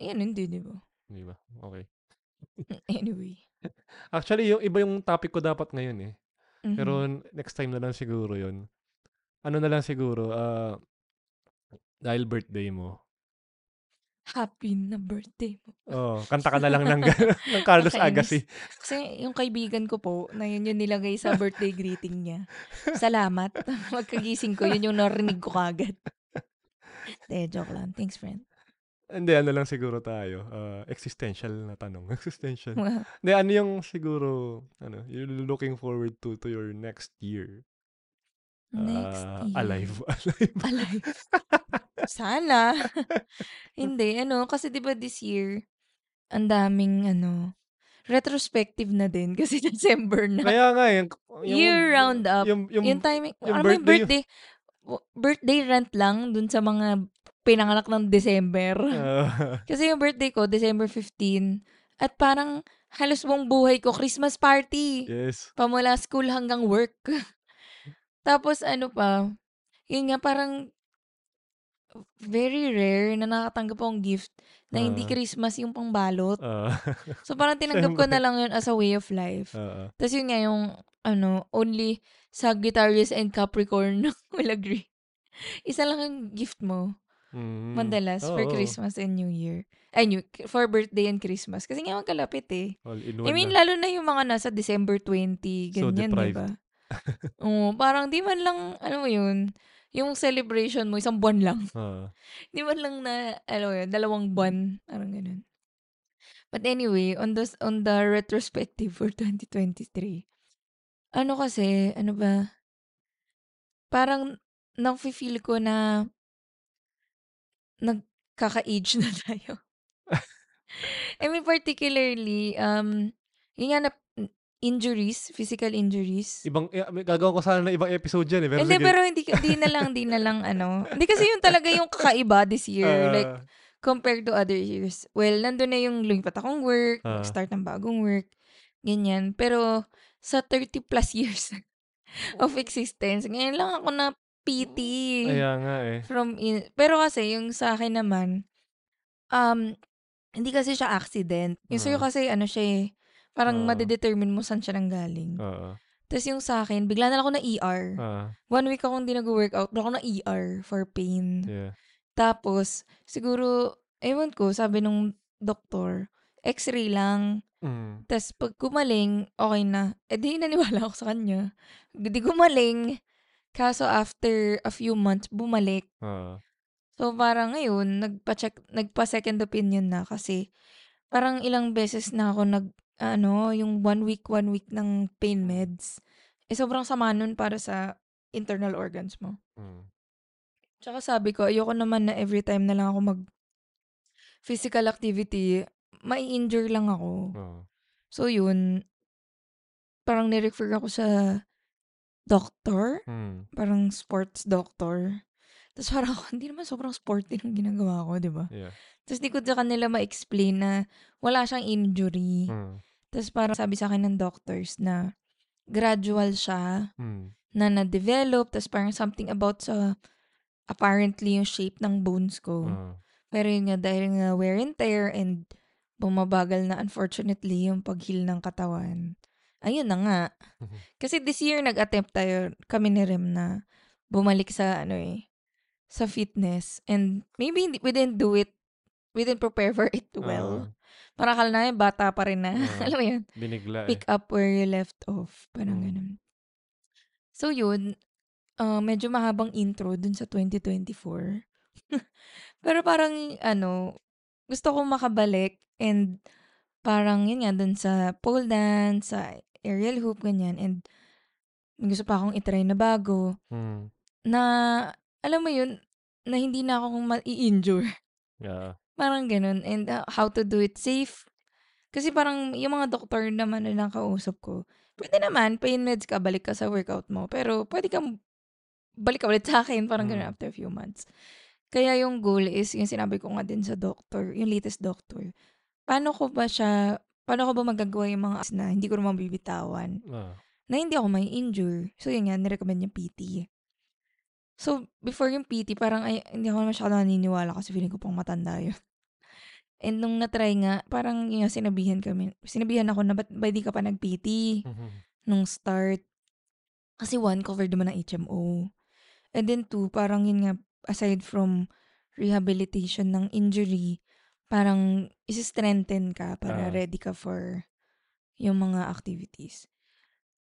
Ayan, hindi, di ba? Di ba? Okay. Anyway. Actually, yung iba yung topic ko dapat ngayon eh. Mhm. Pero next time na lang siguro yun. Ano na lang siguro, ah, dahil birthday mo. Happy na birthday mo. Oh, kanta ka na lang (laughs) ng, (laughs) gan- ng Carlos Nakainis. Agassi. Kasi yung kaibigan ko po, na yun yung nilagay sa (laughs) birthday greeting niya. Salamat. (laughs) Magkagising ko, yun yung narinig ko (laughs) kagad. De, joke lang. Thanks, friend. Hindi, ano lang siguro tayo. ah, existential na tanong. (laughs) Existential. Wow. Hindi, ano yung siguro, ano, you're looking forward to to your next year. Next Ah, year. Alive. (laughs) Alive. Alive. (laughs) Sana. Hindi, ano, kasi 'di ba this year ang daming ano retrospective na din kasi (laughs) December na. Kaya nga, yung, Year round up. Yung, yung, yung (laughs) timing, yung ano may birthday- birthday w- birthday rant lang dun sa mga pinanganak ng December. ah, (laughs) kasi yung birthday ko December 15 at parang halos buong buhay ko Christmas party. yes. Pamula school hanggang work. (laughs) Tapos ano pa, yun nga parang very rare na nakatanggap akong gift na hindi Ah. Christmas yung (laughs) pangbalot. Ah, So parang tinanggap ko na Siyempre. lang yun as a way of life. ah, ah. Tapos yun nga yung ano, only (laughs) Sagittarius and Capricorn will agree. Isa lang ang gift mo. Mm. Mandalas for Oo, Christmas and New Year. Ay, new, for birthday and Christmas. Kasi nga magkalapit eh. All in one I mean, na. lalo na yung mga nasa December 20, So (laughs) ganyan, di deprived. ba? Oo, parang di man lang, alam mo yun, yung celebration mo, isang buwan lang. Ah. Di man lang na, alam mo yun, dalawang buwan. Parang ganun. But anyway, on the, on the retrospective for (laughs) 2023, ano kasi, ano ba, parang nafe-feel ko na nagkaka-age (laughs) na tayo. I mean, particularly, um, yun nga na, injuries, physical injuries. Ibang, eh, may- gagawa ko sana ng ibang episode yan eh. Pero Hindi, sige. (laughs) pero hindi, hindi na lang, hindi na lang, ano. Hindi kasi yung talaga yung kakaiba this year, Ah, like, compared to other years. Well, nandun na yung lumipat akong work, Ah. start ng bagong work, ganyan. Pero, sa 30 plus (laughs) years of Oh. existence, ngayon lang ako na PT. Kaya nga eh. From in- pero kasi, yung sa akin naman, um, hindi kasi siya accident. Yung sa'yo Ah. kasi, ano siya eh, parang Ah. madedetermine mo saan siya nanggaling. Oo. Tapos yung sa akin, bigla na lang ako na ER. Ah, One week akong hindi nag-workout, pero ako na ER for pain. yeah. Tapos, siguro, ewan ko, sabi nung doktor, x-ray lang. Mm. Tapos pag gumaling, okay na. Eh di naniwala ako sa kanya. Di gumaling. Kaso after a few months, bumalik. Oo. So parang ngayon, nagpa-check, nagpa-second opinion na kasi parang ilang beses na ako nag, ano, yung one week, one week ng pain meds. Eh sobrang sama nun para sa internal organs mo. Mm. Tsaka sabi ko, ayoko naman na every time na lang ako mag physical activity, mai-injure lang ako. Oo. So yun, parang nirefer ako sa doctor, Mm. parang sports doctor. Tapos parang ako, (laughs) hindi naman sobrang sporty ng ginagawa ko, di ba? Yeah. Tapos di ko sa kanila ma-explain na wala siyang injury. Mm. Tapos parang sabi sa akin ng doctors na gradual siya, Mm. na na-develop, tapos parang something about sa apparently yung shape ng bones ko. Ah. Pero yun nga, dahil nga wear and tear and bumabagal na unfortunately yung pag-heal ng katawan. Ayun na nga. Mhm. Kasi this year nag-attempt tayo kami ni Rem na bumalik sa ano eh, sa fitness. And maybe hindi- we didn't do it, we didn't prepare for it well. Parang akala namin bata pa rin na, (laughs) Ah. alam mo yun, Binigla eh. pick up where you left off. Parang Mm. ganun. So yun, ah, medyo mahabang intro dun sa 2024. (laughs) Pero parang ano, gusto kong makabalik and parang yun nga dun sa pole dance, sa aerial hoop, ganyan. And gusto pa akong itry na bago Mm. na alam mo yun, na hindi na ako ma-injure. Yeah. Parang ganun. And ah, how to do it safe. Kasi parang yung mga doktor naman na nakausap ko, pwede naman, pain meds ka, balik ka sa workout mo. Pero pwede kang balik ka ulit sa akin, parang ganun Mm. after a few months. Kaya yung goal is, yung sinabi ko nga din sa doctor, yung latest doctor, paano ko ba siya, paano ko ba magagawa yung mga as na hindi ko naman bibitawan, Ah. na hindi ako may injure. So yun nga, nirecommend niya PT. So, before yung PT, parang ay, hindi ako masyado naniniwala kasi feeling ko pang matanda yun. And nung natry nga, parang yun nga, sinabihan kami, sinabihan ako na ba't ba di ka pa nag-PT Mhm. nung start? Kasi one, covered naman ng HMO. And then two, parang yun nga, aside from rehabilitation ng injury, parang isi-strengthen ka para Ah. ready ka for yung mga activities.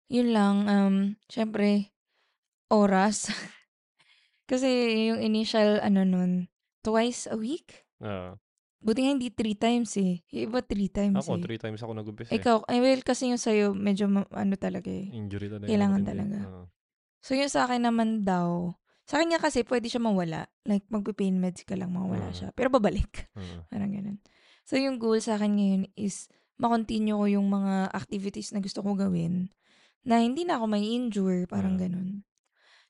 Yun lang, um, syempre, oras. (laughs) Kasi yung initial, ano nun, twice a week? Ah. Buti nga hindi three times eh. Yung iba three times Ako, eh. three times ako nag-umpis eh. Ikaw, ay well, kasi yung sa'yo, medyo ma- ano talaga eh. Injury ano, talaga. Kailangan matindi. talaga. Oo. So, yung sa akin naman daw, sa akin nga kasi pwede siya mawala. Like, magpipain meds ka lang, mawala Mm. siya. Pero babalik. (laughs) Oo. Parang ganun. So, yung goal sa akin ngayon is makontinue ko yung mga activities na gusto ko gawin na hindi na ako may injure, Mm. parang ganun.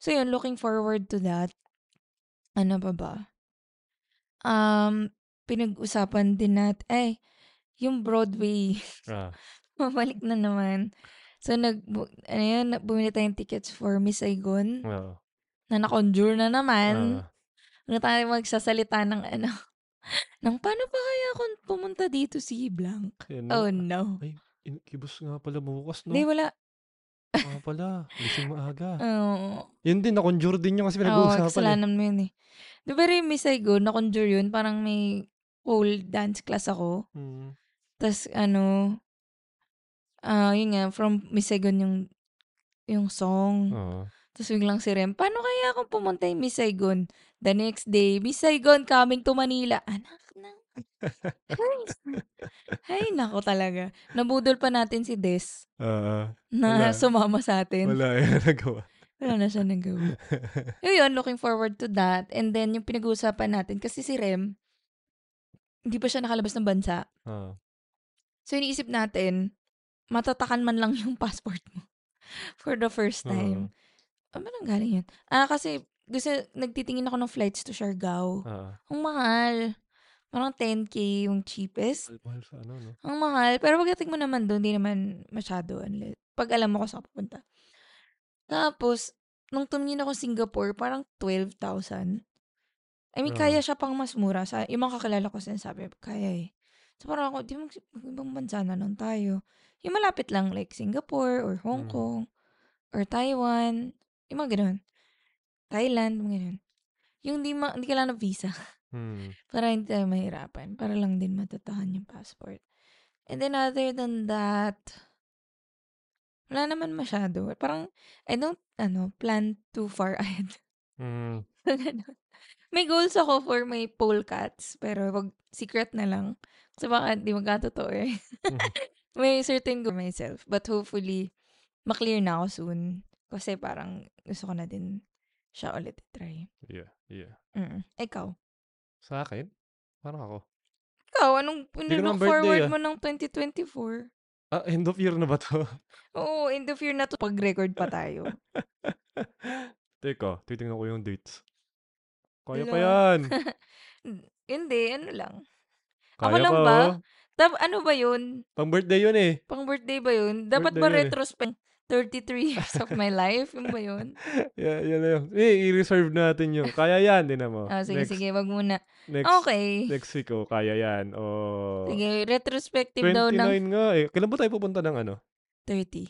So, yun, looking forward to that. Ano pa ba? Um, pinag-usapan din nat eh, yung Broadway. (laughs) Ah. Mabalik na naman. So, nag, bu- ano yun, bumili tayong tickets for Miss Saigon Oo. na na-conjure na Ah. naman. Huwag na tayo magsasalita ng ano. (laughs) Nang paano pa kaya kung pumunta dito si Blank? Yan, Oh no? no. Ay, in- kibos nga pala bukas, no? Hindi, wala. Ah, pala. Gising maaga. (laughs) Oo. Yun din, na-conjure din yun kasi Ah. Oo, pinag-uusapan. eh. kasalanan mo yun eh. Di ba rin Miss Saigo, na-conjure yun? Parang may old dance class ako. Mm. Tapos ano, ah yun nga, from Miss Saigo yung yung song. Oo. Tapos biglang si Rem, paano kaya kung pumunta yung Miss Saigon? The next day, Miss Saigon coming to Manila. Anak na. Ay, nako talaga. Nabudol pa natin si Des Ah, Wala. na sumama sa atin. Wala, wala eh, nagawa. na siya nagawa. Yun, looking forward to that. And then, yung pinag-uusapan natin, kasi si Rem, hindi pa siya nakalabas ng bansa. Ah. So, iniisip natin, matatakan man lang yung (laughs) passport mo for the first time. Uh, Anong galing yun? Ah, kasi gusto, nagtitingin ako ng flights to Siargao. Ah. Ang mahal. Parang 10k yung cheapest. Mahal sa ano, no? Ang mahal. Pero pagdating mo naman doon, di naman masyado unless. Pag alam mo kung saan ka pupunta. Tapos, nung tumingin ako Singapore, parang 12,000. I mean, Oo. kaya siya pang mas mura. Sa, yung mga kakilala ko sinasabi, kaya eh. So parang ako, di mag, ibang bansa na lang tayo. Yung malapit lang, like Singapore or Hong Mm. Kong or Taiwan. Yung mga ganun. Thailand, mga ganun. Yung di, ma, di kailangan ng visa. Hmm. Para hindi tayo mahirapan. Para lang din matatahan yung passport. And then other than that, wala naman masyado. Parang, I don't, ano, plan too far (laughs) ahead. Hmm. Ganun. May goals ako for my polecats, pero wag secret na lang. Kasi baka di magkatotoo eh. Mhm. (laughs) May certain goal for myself. But hopefully, maklear na ako soon. Kasi parang gusto ko na din siya ulit try. Yeah, yeah. Mm. Ikaw? Sa akin? Parang ako. Ikaw, anong Hindi ko nilook naman birthday, forward ah. mo ng 2024? Ah, end of year na ba to? (laughs) Oo, end of year na to. Pag-record pa tayo. Teka, titingnan ko yung dates. Kaya pa Wala. yan. Hindi, ano lang. Kaya (laughs) Ako lang pa, ba? oh. Tab, ano ba yun? Pang birthday yun eh. Pang birthday ba yun? Dapat Birthday ba yun eh. retrospect 33 (laughs) years of my life? Yun ba yun? (laughs) Yeah, yan na yun. Eh, i-reserve natin yun. Kaya yan, din mo. Ah, sige, Oh, next, sige, wag muna. Next, Okay. next week, oh, kaya yan. Oh, Sige, retrospective 29 daw ng nga eh. Kailan ba tayo pupunta ng ano? 30.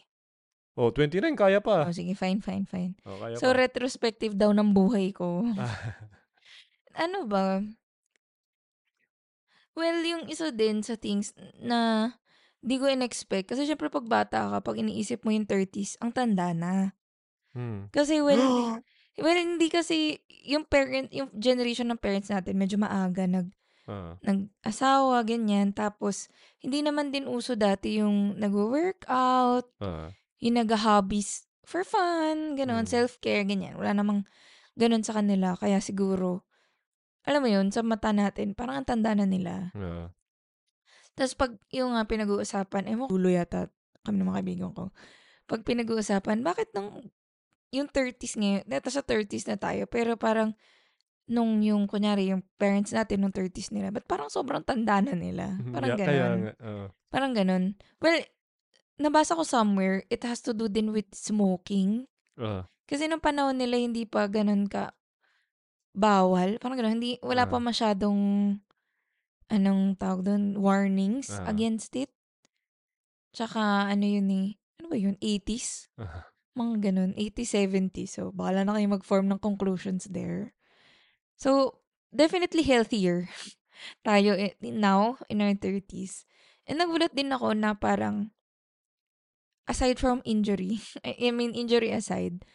Oh, 29, kaya pa. Oh, sige, fine, fine, fine. Oh, kaya So, pa. retrospective daw ng buhay ko. Ah, Ano ba? Well, yung isa din sa things na di ko in-expect. Kasi syempre pag bata ka, pag iniisip mo yung 30s, ang tanda na. hmm. Kasi well, Well, hindi kasi yung parent, yung generation ng parents natin medyo maaga nag Ah, nag-asawa ganyan tapos hindi naman din uso dati yung nag-workout, ah, yung nag-hobbies for fun, ganon, Mm. self-care ganyan. Wala namang ganon sa kanila kaya siguro alam mo yun, sa mata natin, parang ang tanda na nila. ah. Tapos pag yung nga pinag-uusapan, eh mo dulo yata kami ng mga kaibigan ko. Pag pinag-uusapan, bakit nung yung 30s ngayon, nata sa 30s na tayo, pero parang nung yung, kunyari, yung parents natin nung 30s nila, but parang sobrang tanda na nila. (laughs) Mm-hmm. Yeah, Parang Kaya ganun. nga. ah. Parang ganun. Well, nabasa ko somewhere, it has to do din with smoking. Ah, Kasi nung panahon nila, hindi pa ganun ka bawal. Parang ganun. Hindi, wala pa Ah. masyadong, anong tawag doon, warnings Ah. against it. Tsaka, ano yun eh, ano ba yun, (laughs) 80s? ah. Mga ganun, 80s, 70s. So, bahala na kayo mag-form ng conclusions there. So, definitely healthier (laughs) tayo i- now in our 30s. And nagulat din ako na parang aside from injury, (laughs) I I mean injury aside,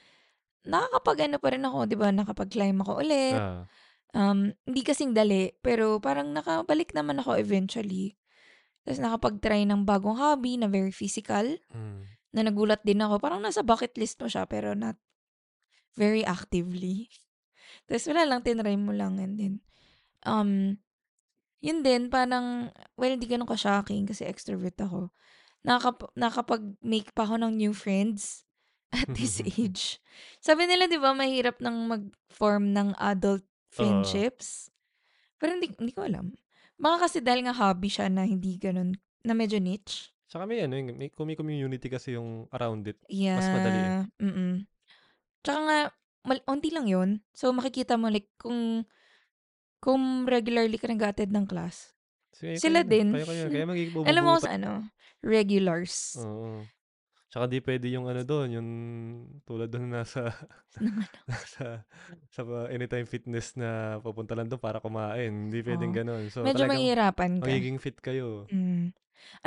nakakapag ano pa rin ako, 'di ba? Nakapag-climb ako ulit. Ah, Um, hindi kasing dali, pero parang nakabalik naman ako eventually. Tapos nakapag-try ng bagong hobby na very physical, hmm. na nagulat din ako. Parang nasa bucket list mo siya, pero not very actively. (laughs) Tapos wala lang, tinry mo lang and then um, yun din, parang, well, hindi ganun ka-shocking kasi extrovert ako. Nakakap- nakapag-make pa ako ng new friends (laughs) at this age. Sabi nila, di ba, mahirap nang mag-form ng adult friendships. Pero hindi, hindi ko alam. Baka kasi dahil nga hobby siya na hindi ganun, na medyo niche. Tsaka may ano, yung- may, may community kasi yung around it. Yeah. madali eh. Mm-mm. Tsaka nga, mal- onti lang yun. So, makikita mo, like, kung, kung regularly ka nag-attend ng class, Sige, Sila kaya, din. Kaya kaya, kaya magiging Alam mo ano, bubuhutan. sa ano, regulars. Oo. Tsaka di pwede yung ano doon, yung tulad doon (laughs) nasa, Ng ano. (laughs) nasa sa anytime fitness na papunta lang doon para kumain. Hindi pwedeng Oo. ganun. So, Medyo eh. talagang mahirapan ka. magiging fit kayo. Mm.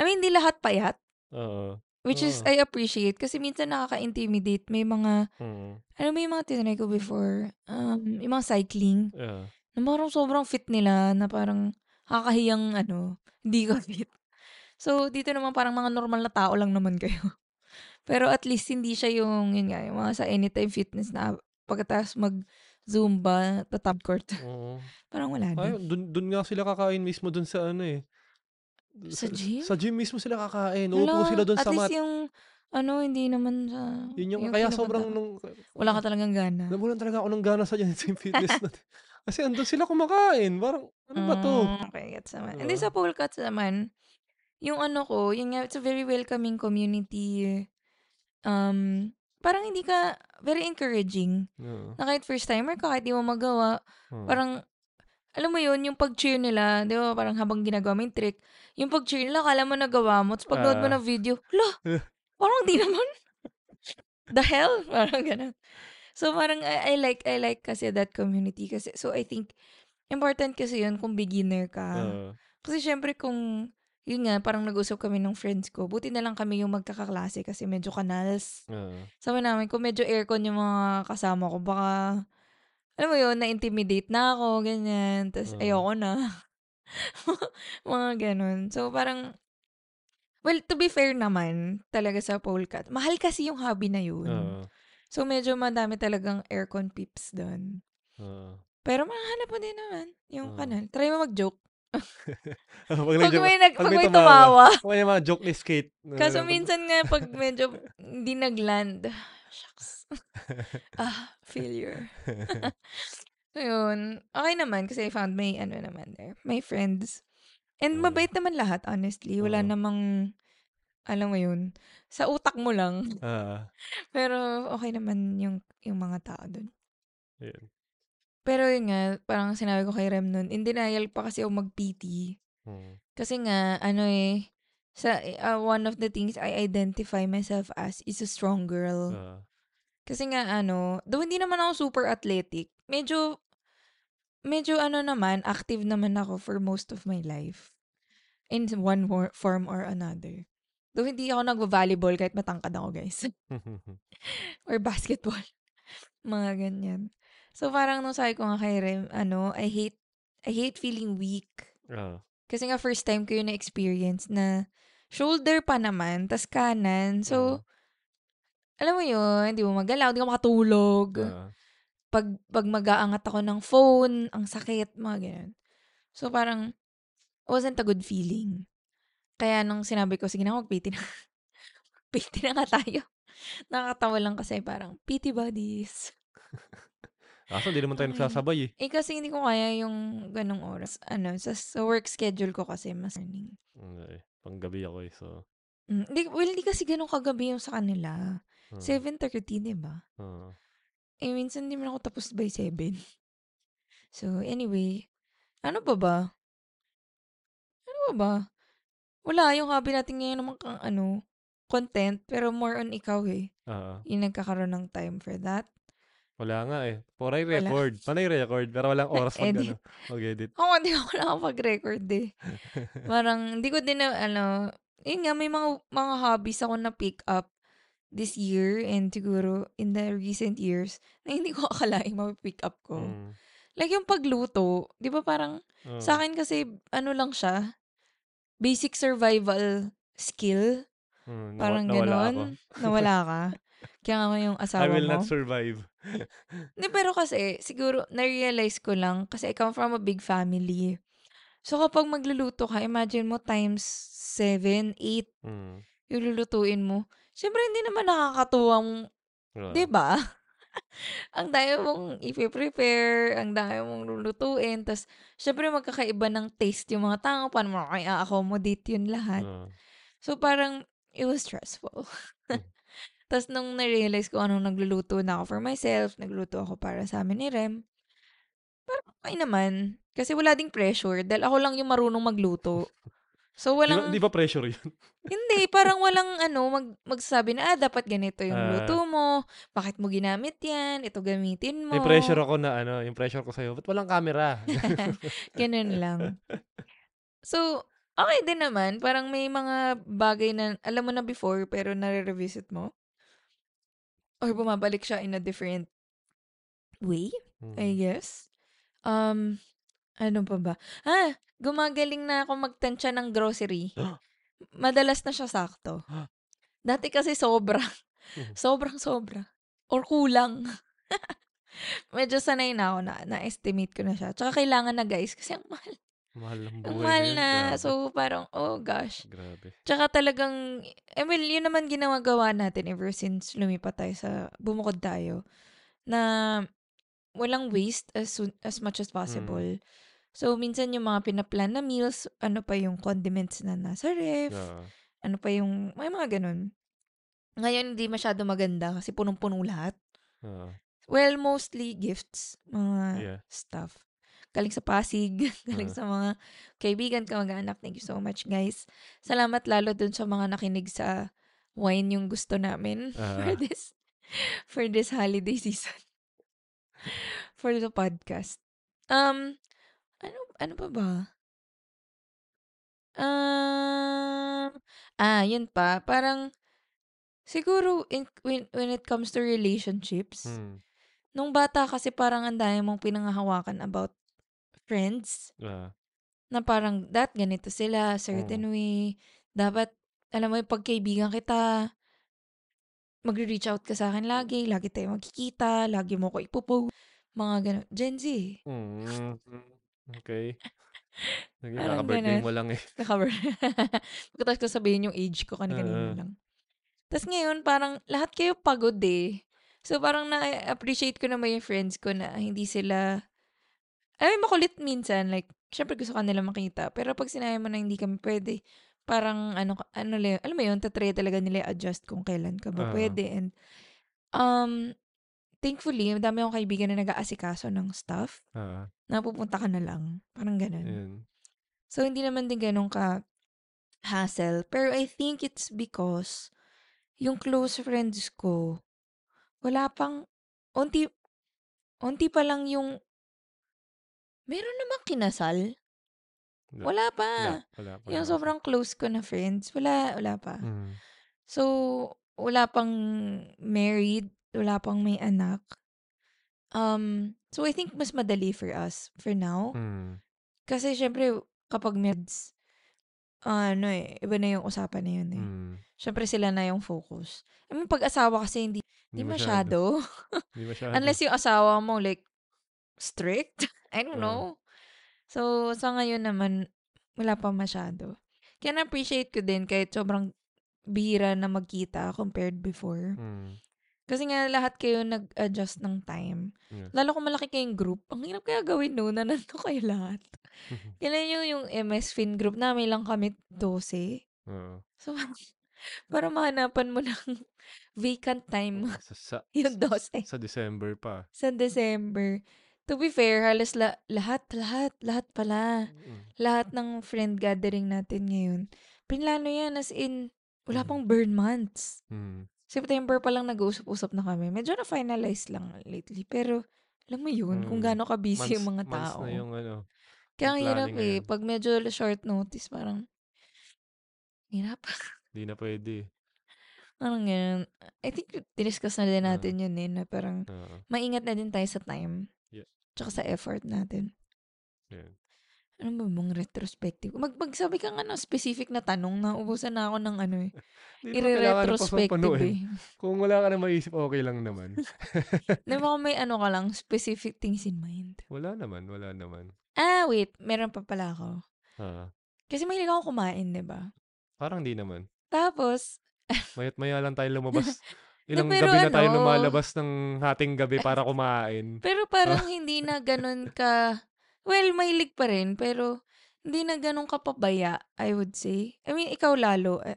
I mean, hindi lahat payat. Oo. Which is, Oo. I appreciate. Kasi minsan nakaka-intimidate. May mga, Mm. ano may mga tinry ko before? Um, yung mga cycling. Yeah. Na parang sobrang fit nila. Na parang kakahiyang, ano, hindi ka fit. So, dito naman parang mga normal na tao lang naman kayo. (laughs) Pero at least hindi siya yung, yun nga, yung mga sa anytime fitness na pagkatapos mag-zumba, tatab court. (laughs) Oo. parang wala Ay, din. dun, dun nga sila kakain mismo dun sa ano eh. Sa gym? Sa gym mismo sila kakain. Wala. Uupo sila dun At sa mat. least yung, ano, hindi naman sa... Yun yung, kaya pinupunta- sobrang nung, Wala ka talagang gana. nabunan talaga ako ng gana sa dyan (laughs) sa (laughs) fitness natin. Kasi andun sila kumakain. Parang, ano ba to? Mm, okay, gets naman. Ano Hindi, ba? sa pole cuts naman, yung ano ko, yun nga, it's a very welcoming community. Um, parang hindi ka, very encouraging. Oo. Na kahit first timer ka, kahit di mo magawa, Oo. Mm. parang, alam mo yun, yung pag-cheer nila, di ba, parang habang ginagawa mo yung trick, yung pag-cheer nila, kala mo nagawa mo, tapos pag-load mo Ah. ng video, la, parang di naman. The hell? (laughs) Parang ganun. So, parang I, I like, I like kasi that community. Kasi, so, I think, important kasi yun kung beginner ka. Oo. Kasi, syempre, kung, yun nga, parang nag-usap kami ng friends ko, buti na lang kami yung magkakaklase kasi medyo kanals. Oo. Sabi namin, kung medyo aircon yung mga kasama ko, baka, alam mo yun, na-intimidate na ako, ganyan. Tapos, Oo. ayoko na. (laughs) mga ganun. So, parang, well, to be fair naman, talaga sa polecat, mahal kasi yung hobby na yun. Oo. So, medyo madami talagang aircon peeps doon. Oo. Pero mahanap mo din naman yung Oo. kanal. Try mo mag-joke. (laughs) Pag Pag Mm. medyo- may, nag, pag pag may may tumawa. Kung yung mga joke ni skate. na- Kaso na- minsan nga, pag medyo hindi nag-land, shucks. ah, failure. (laughs) So, yun. Okay naman kasi I found may ano naman there. My friends. And Oo. mabait naman lahat, honestly. Wala Oo. namang, alam mo yun, sa utak mo lang. (laughs) Ah, Pero okay naman yung, yung mga tao dun. yun. Pero yun nga, parang sinabi ko kay Rem nun, in denial pa kasi ako mag-PT. Mm. Kasi nga, ano eh, sa, uh, one of the things I identify myself as is a strong girl. Ah, (laughs) Kasi nga, ano, though hindi naman ako super athletic, medyo, medyo ano naman, active naman ako for most of my life. In one wor- form or another. Though hindi ako nagvo-volleyball kahit matangkad ako, guys. (laughs) or basketball. (laughs) Mga ganyan. So parang nung sabi ko nga kay Rem, ano, I hate, I hate feeling weak. ah, Kasi nga first time ko yun na-experience na shoulder pa naman, tas kanan. Mm. So, alam mo yun, hindi mo magalaw, hindi ka makatulog. ah, Pag, pag mag-aangat ako ng phone, ang sakit, mga ganyan. So, parang, wasn't a good feeling. Kaya nung sinabi ko, sige na, mag-PT na. (laughs) PT na nga tayo. (laughs) Nakakatawa lang kasi parang, PT buddies. ah. Kaso hindi naman tayo Okay. nagsasabay eh. Eh kasi hindi ko kaya yung ganong oras. Ano, sa, sa work schedule ko kasi mas morning. Hindi. Panggabi ako eh, so. Mm, Hindi, well, hindi kasi ganun kagabi yung sa kanila. ah, 7.30, di ba? ah. Eh, minsan hindi man ako tapos by 7. (laughs) So, anyway. Ano ba ba? Ano ba ba? Wala, yung hobby natin ngayon naman kang ano, content, pero more on ikaw eh. Ah, Yung nagkakaroon ng time for that. (laughs) wala nga eh. Poray Wala. record. Panay record, pero (laughs) walang oras mag Nag-edit. ano, mag-edit. Ako, hindi ako nakapag-record eh. Parang, hindi ko din na, ano, yun nga, may mga, mga hobbies ako na pick up this year and siguro in the recent years na hindi ko (laughs) akalaing mapipick up ko. Mm. Like yung pagluto, di ba parang Ah, sa akin kasi ano lang siya, basic survival skill. mm, nawa- Parang nawala ganon. ako. Nawala (laughs) ka. Kaya nga yung I asawa will mo. not survive. Hindi, pero kasi siguro na-realize ko lang kasi I come from a big family. So kapag magluluto ka, imagine mo times 7, 8 Mm. yung lulutuin mo. Siyempre hindi naman nakakatuwang, Ah, di ba? (laughs) ang dami mong ipiprepare, ang dami mong lulutuin. Tapos, syempre magkakaiba ng taste yung mga tao. Paano mo kaya accommodate yun lahat? ah, So, parang it was stressful. (laughs) Mm. Tapos, nung narealize ko anong nagluluto na ako for myself, nagluto ako para sa amin ni Rem, parang okay naman. Kasi wala ding pressure dahil ako lang yung marunong magluto. So, Di ba, walang, di ba pressure yun? (laughs) hindi, parang walang ano, mag, magsabi na, ah, dapat ganito yung Ah. luto mo, bakit mo ginamit yan, ito gamitin mo. May pressure ako na ano, yung pressure ko sa'yo, ba't walang (laughs) camera? (laughs) Ganun lang. So, okay din naman. Parang may mga bagay na alam mo na before pero nare-revisit mo. Or bumabalik siya in a different way, Mm. I guess. Um, ano pa ba? Ah, gumagaling na ako magtansya ng grocery. Madalas na siya sakto. Dati kasi sobra. Mhm. Sobrang sobra. Or kulang. (laughs) Medyo sanay na ako na na-estimate ko na siya. Tsaka kailangan na guys kasi ang mahal. Mahal ng buhay Ang mahal ngayon, na. grabe. So parang oh gosh. Grabe. Tsaka talagang eh well, yun naman ginagawa natin ever since lumipat tayo sa bumukod tayo na walang waste as soon- as much as possible. So minsan yung mga pinaplan na meals, ano pa yung condiments na nasa ref, Yeah. ano pa yung may mga ganun. Ngayon hindi masyado maganda kasi punong-puno lahat. Ah, Well, mostly gifts, mga (laughs) yeah. stuff. Galing sa Pasig, (laughs) galing Ah. sa mga kaibigan, kamag-anak. Thank you so much, guys. Salamat lalo dun sa mga nakinig sa wine yung gusto namin (laughs) for Ah. this for this holiday season. (laughs) for the podcast. Um, ano, ano pa ba? Um, ah, yun pa. Parang, siguro, in, when, when it comes to relationships, Hmm. Nung bata kasi parang ang dami mong pinangahawakan about friends Ah. na parang that ganito sila, certain way. Dapat, alam mo, yung pagkaibigan kita, magre-reach out ka sa akin lagi, lagi tayo magkikita, lagi mo ko ipupo. Mga ganun. Gen Z, Mm. Okay. Naging Parang kaka-birthday ganun. mo lang eh. cover. (laughs) Pagkatapos ko sabihin yung age ko kani-kanina Ah. lang. Tapos ngayon, parang lahat kayo pagod eh. So parang na-appreciate ko naman yung friends ko na hindi sila alam mo, makulit minsan, like, syempre gusto ka nila makita. Pero pag sinabi mo na hindi kami pwede, parang ano, ka- ano lang, alam mo yun, tatry talaga nila adjust kung kailan ka ba Ah. pwede. And, um, thankfully, dami akong kaibigan na nag-aasikaso ng stuff. Ah, Napupunta ka na lang. Parang ganun. yun. So, hindi naman din ganun ka hassle. Pero I think it's because yung close friends ko, wala pang, unti, unti pa lang yung, meron namang kinasal. Wala. Wala pa. Wala. Wala. wala Ah, Yung kasi. sobrang close ko na friends, wala, wala pa. Mm. So, wala pang married, wala pang may anak. Um, so I think mas madali for us for now. Mm. Kasi syempre, kapag meds, ano eh, iba na yung usapan na yun eh. Mm. Syempre sila na yung focus. I mean, pag-asawa kasi hindi, hindi masyado. (laughs) Hindi masyado. Unless yung asawa mo like strict. (laughs) I don't Ah. know. So, sa ngayon naman, wala pa masyado. Kaya na-appreciate ko din kahit sobrang bihira na magkita compared before. Mm. Kasi nga lahat kayo nag-adjust ng time. Yes. Lalo kung malaki kayong group, ang hirap kaya gawin noon na nandito kayo lahat. Kailan nyo yung MS Fin group namin lang kami 12. (laughs) Oo. So, para mahanapan mo ng vacant time (laughs) Sa, sa, yung 12 sa December pa. sa December. To be fair, halos la- lahat, lahat, lahat pala. Mm. lahat ng friend gathering natin ngayon, pinlano yan as in, wala pang burn months. Mm. September pa lang nag-uusap-usap na kami. Medyo na-finalize lang lately. Pero, alam mo yun, kung Mm. gaano ka busy yung Months- mga months tao. na yung ano. Kaya ang yung hirap planning eh. ngayon. Pag medyo short notice, parang, hirap. (laughs) Hindi na pwede. eh. parang ganun. I think, diniscuss na din Ah. natin yun eh, na parang, Oo. maingat na din tayo sa time. Yeah. Tsaka sa effort natin. Yun. Ano ba mong retrospective? Mag magsabi ka nga ng specific na tanong na ubusan na ako ng ano eh. (laughs) Hindi naman kailangan ng Ire-retrospective pasampanuin. eh. Kung wala ka na maisip, okay lang naman. Di ba kung may ano ka lang, specific things in mind? wala naman, wala naman. Ah, wait. Meron pa pala ako. Ah, Kasi mahilig ako kumain, di ba? parang di naman. Tapos, Mayat maya lang tayo (laughs) lumabas. Ilang pero gabi na tayo ano- lumalabas ng hating gabi (laughs) para kumain. pero parang hindi na ganun ka... Well, mahilig pa rin, pero hindi na ganun ka pabaya, I would say. I mean, ikaw lalo. eh,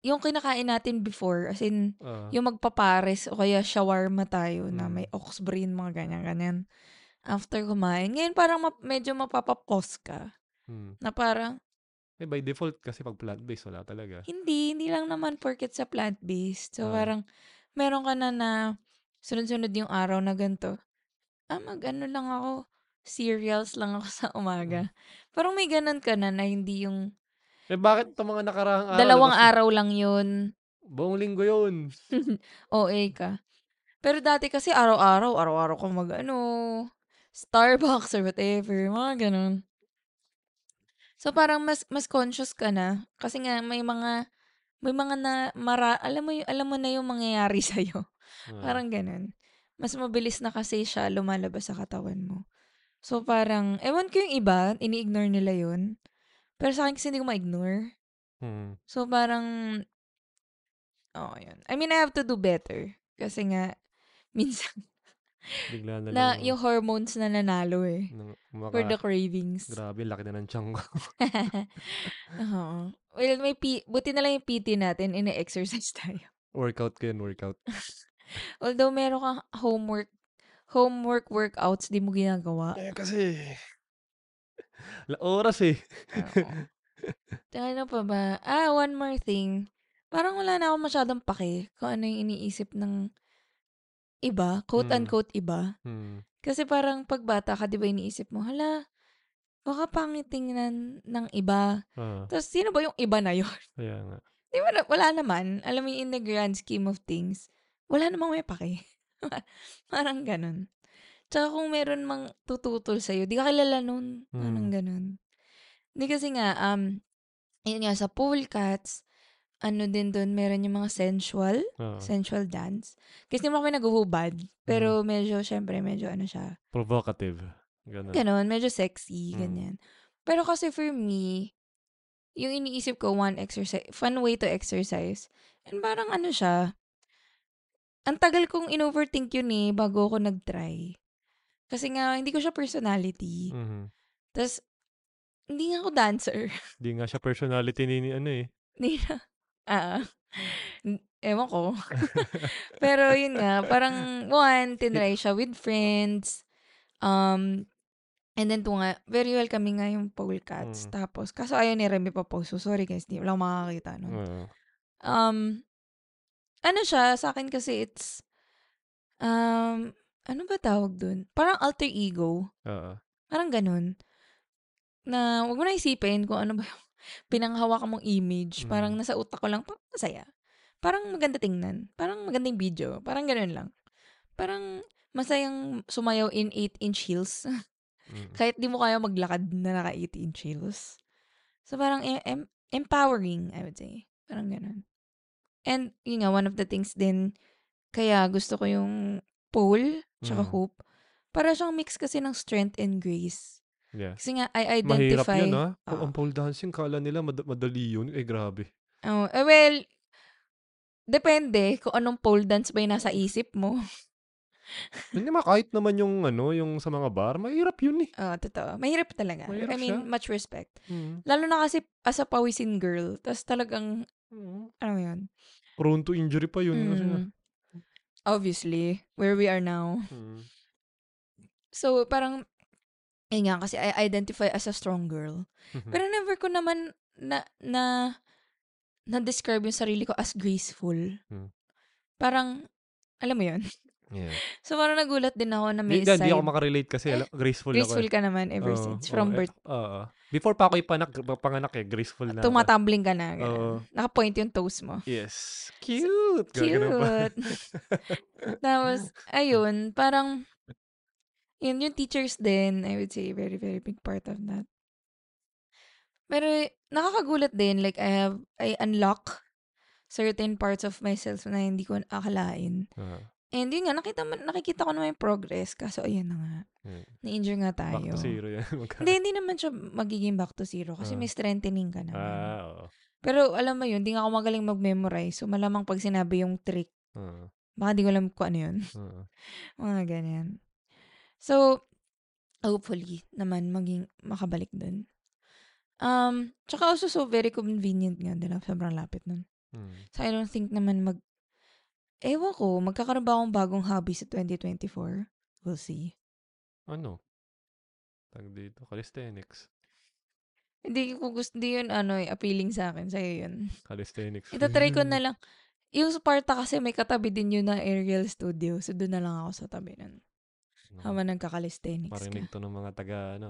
Yung kinakain natin before, as in, Ah, yung magpapares o kaya shawarma tayo na Mm. may ox brain, mga ganyan-ganyan. After kumain. Ngayon, parang map- medyo mapapapos ka. mm, Na parang, Eh, by default kasi pag plant-based, wala talaga. Hindi, hindi lang naman porket sa plant-based. So, Ah. parang, meron ka na na sunod-sunod yung araw na ganito. Ah, mag-ano lang ako, cereals lang ako (laughs) sa umaga. Parang may ganun ka na na hindi yung Eh, (laughs) bakit itong mga nakarahang araw? dalawang labas- araw lang yun, Buong linggo yun. OA ka. Pero dati kasi araw-araw, araw-araw ko mag-ano, Starbucks or whatever, mga ganun. So parang mas mas conscious ka na kasi nga may mga may mga na mara, alam mo yung, alam mo na yung mangyayari (laughs) sa Ah. Parang ganun. Mas mabilis na kasi siya lumalabas sa katawan mo. So parang, ewan ko yung iba, ini-ignore nila yun. Pero sa akin kasi hindi ko ma-ignore. Hmm. So parang, oh, yun. I mean, I have to do better. Kasi nga, (laughs) minsan, Bigla na lang. ano, na, yung hormones na nanalo eh. (laughs) nang- maka- For the cravings. Grabe, laki na ng chunk ko. (laughs) (laughs) Oo. Well, may P, buti na lang yung PT natin, ina-exercise (laughs) tayo. workout ko yun, workout. Although meron kang homework, homework workouts, di mo ginagawa. Eh, kasi... (laughs) La oras eh. Teka, ano pa ba? Ah, one more thing. Parang wala na ako masyadong pake kung ano yung iniisip ng iba, quote-unquote iba. Hmm. Kasi parang pagbata ka, di ba iniisip mo, hala, baka pangit tingnan ng iba. Ah, Tapos, sino ba yung iba na yun? (laughs) kaya nga. Di ba, na- wala naman. Alam mo, in the grand scheme of things, wala namang may pake. (laughs) parang ganun. Tsaka kung meron mang tututol sa'yo, di ka kilala nun. Parang Mm. ganun. Hindi kasi nga, um, yun nga, sa pool cats, ano din dun, meron yung mga sensual, Ah, sensual dance. Kasi hindi mo kami naghuhubad. Pero medyo, syempre, medyo ano siya. provocative. Ganun. Ganon, medyo sexy, Mm. ganyan. Pero kasi for me, yung iniisip ko, one exercise, fun way to exercise. And parang ano siya, ang tagal kong in-overthink yun eh, bago ako nag-try. Kasi nga, hindi ko siya personality. Mhm. Tapos, hindi nga ako dancer. Di nga siya personality ni, ni ano eh. Hindi na. (laughs) Ah. N- Ewan ko. (laughs) Pero yun nga, parang one, tinry siya with friends. Um, and then to nga, very well kami nga yung Paul Mm. Cats. Tapos, kaso ayaw ni Remy pa post. So, sorry guys, di wala akong makakakita nun. Ah. Um, ano siya, sa akin kasi it's, um, ano ba tawag dun? Parang alter ego. Ah. Parang ganun. Na, wag mo na isipin kung ano ba yung (laughs) pinanghawakan mong image. Mm. Parang nasa utak ko lang, parang masaya. Parang maganda tingnan. Parang magandang video. Parang ganun lang. Parang masayang sumayaw in 8-inch heels. (laughs) Mm. Kahit di mo kaya maglakad na naka 8-inch heels. So parang em- em- empowering, I would say. Parang ganun. And yun nga, one of the things din, kaya gusto ko yung pole, tsaka Mm. hoop. Para siyang mix kasi ng strength and grace. Yeah. Kasi nga, I Mahirap identify. yun, ha? Ah. Ang pole dancing, kala nila mad- madali yun. Eh, grabe. Oh, eh, well, depende kung anong pole dance ba yung nasa isip mo. (laughs) Hindi ma, kahit naman yung, ano, yung sa mga bar, mahirap yun eh. Oh, totoo. Mahirap talaga. Mahirap I mean, siya. much respect. Lalo na kasi as a pawisin girl, tas talagang, Mm. ano mo yun? Prone to injury pa yun. Kasi, Mm. Obviously, where we are now. Mm. So, parang, yun nga, kasi I identify as a strong girl. Mm. (laughs) Hmm. Pero never ko naman na, na, na-describe yung sarili ko as graceful. Mm. Parang, alam mo yun? yeah. So, parang nagulat din ako na may Di, di, di side- ako makarelate kasi alam- graceful, Graceful ako. eh. ka naman ever Oo, since. oo, From eh, birth. oo. before pa ako ipanak, panganak eh, graceful na. ako. Tumatumbling ka na. ganun. Oo. Nakapoint yung toes mo. Yes. Cute. Gagano pa. (laughs) Cute! Tapos, ayun, parang, yun, yung teachers din, I would say, very, very big part of that. Pero, nakakagulat din, like, I have, I unlock certain parts of myself na hindi ko akalain. Ah, And yun nga, nakita, mo- nakikita ko na may progress, kaso ayun na nga, yeah. na-injure nga tayo. Back to zero yan. (laughs) ah, Magka- Hindi, hindi naman siya magiging back to zero Ah. kasi may strengthening ka naman. ah, oo. Pero alam mo yun, di nga ako magaling mag-memorize. So malamang pag sinabi yung trick, Ah, baka di ko alam kung ano yun. (laughs) ah. Mga ganyan. So, hopefully naman maging makabalik dun. Um, tsaka also so very convenient nga nila. Sobrang lapit nun. Mm. So I don't think naman mag... Ewan ko, magkakaroon ba akong bagong hobby sa 2024? We'll see. Ano? Tag dito, calisthenics. Hindi ko gusto, hindi yun ano, eh, appealing sa akin. Sa'yo yun. Calisthenics. Itatry ko na lang. Yung Sparta kasi may katabi din yun na aerial studio. So, doon na lang ako sa tabi nun. Nung Habang nagka-calisthenics Oh. Marinig ka. to ng mga taga, ano.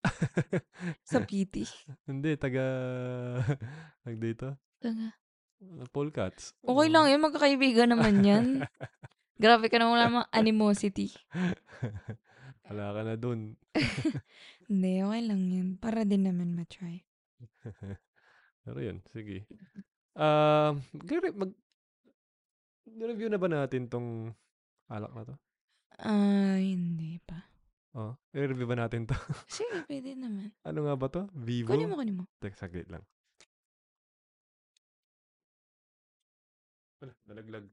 (laughs) Sa PT. Hindi, taga, (laughs) tag dito. Ah, Tanga. Polecats. Okay lang yun, magkakaibigan naman (laughs) yan. Grabe ka na wala mga animosity. Wala ka na dun. Hindi, okay lang yan. Para din naman matry. Pero yun, sige. Um, gre- mag review na ba natin tong alak na to? Ah, hindi pa. Oh, i-review ba natin to? (laughs) Sige, pwede naman. ano nga ba to? Vivo? Kunin mo, kunin mo. Teka, saglit lang. Wala, nalaglag.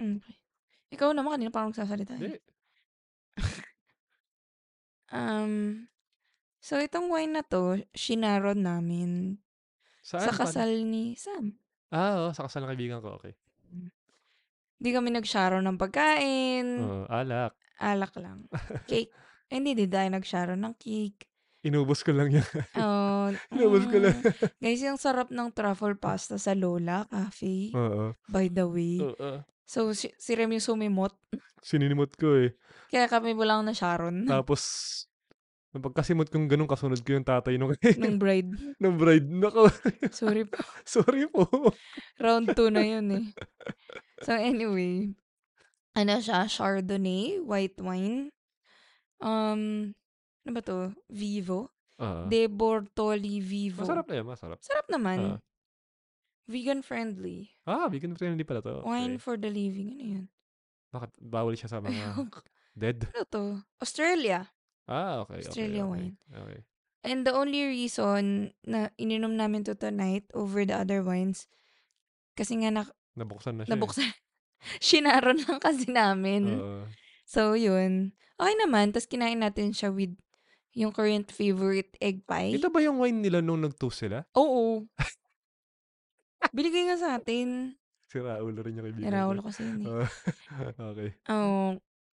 Mm, Okay. Ikaw naman, kanina parang magsasalita. eh. Hindi. Um, so, itong wine na to, shinarod namin Saan? sa Paano? kasal ni Sam. Ah, oo, sa kasal ng kaibigan ko. Okay. Hindi kami nag-sharo ng pagkain. Oo, alak. Alak (laughs) lang. Cake. Eh, Hindi, di tayo nag-sharo ng cake. Inubos ko lang yan. Oh, Inubos ko lang. mm. Guys, yung sarap ng truffle pasta sa Lola Cafe, (laughs) Oo. by the way. Oo. So, si, si Rem yung sumimot. Sininimot ko eh. Kaya kami walang na Sharon (laughs) Tapos, nung pagkasimot kong ganun, kasunod ko yung tatay nung, (laughs) nung, nung bride. bride. Nako, Sorry po. (laughs) sorry po. Round 2 na yun eh. So, anyway. Ano siya? Chardonnay, white wine. Um, ano ba to? Vivo. Oo. De Bortoli Vivo. Ah. masarap na yan, masarap. Sarap Ah. naman. Vegan friendly. Ah, vegan friendly pala to. Okay. Wine for the living. Ano (laughs) yun? Bakit bawal siya sa (laughs) mga Ayun. dead? ano to? Australia. Ah, okay. okay, okay, Australia wine. Okay. And the only reason na ininom namin to tonight over the other wines, kasi nga na, Nabuksan na siya. eh. nabuksan. (laughs) Shinaro lang kasi namin. Oo. So, yun. Okay naman. Tapos kinain natin siya with yung current favorite egg pie. Ito ba yung wine nila nung nag-toast sila? Oo. Binigay nga sa atin. Si Raul rin yung kaibigan. ko. Narawal ko sa yun eh. Oo. okay. Oo. Oh,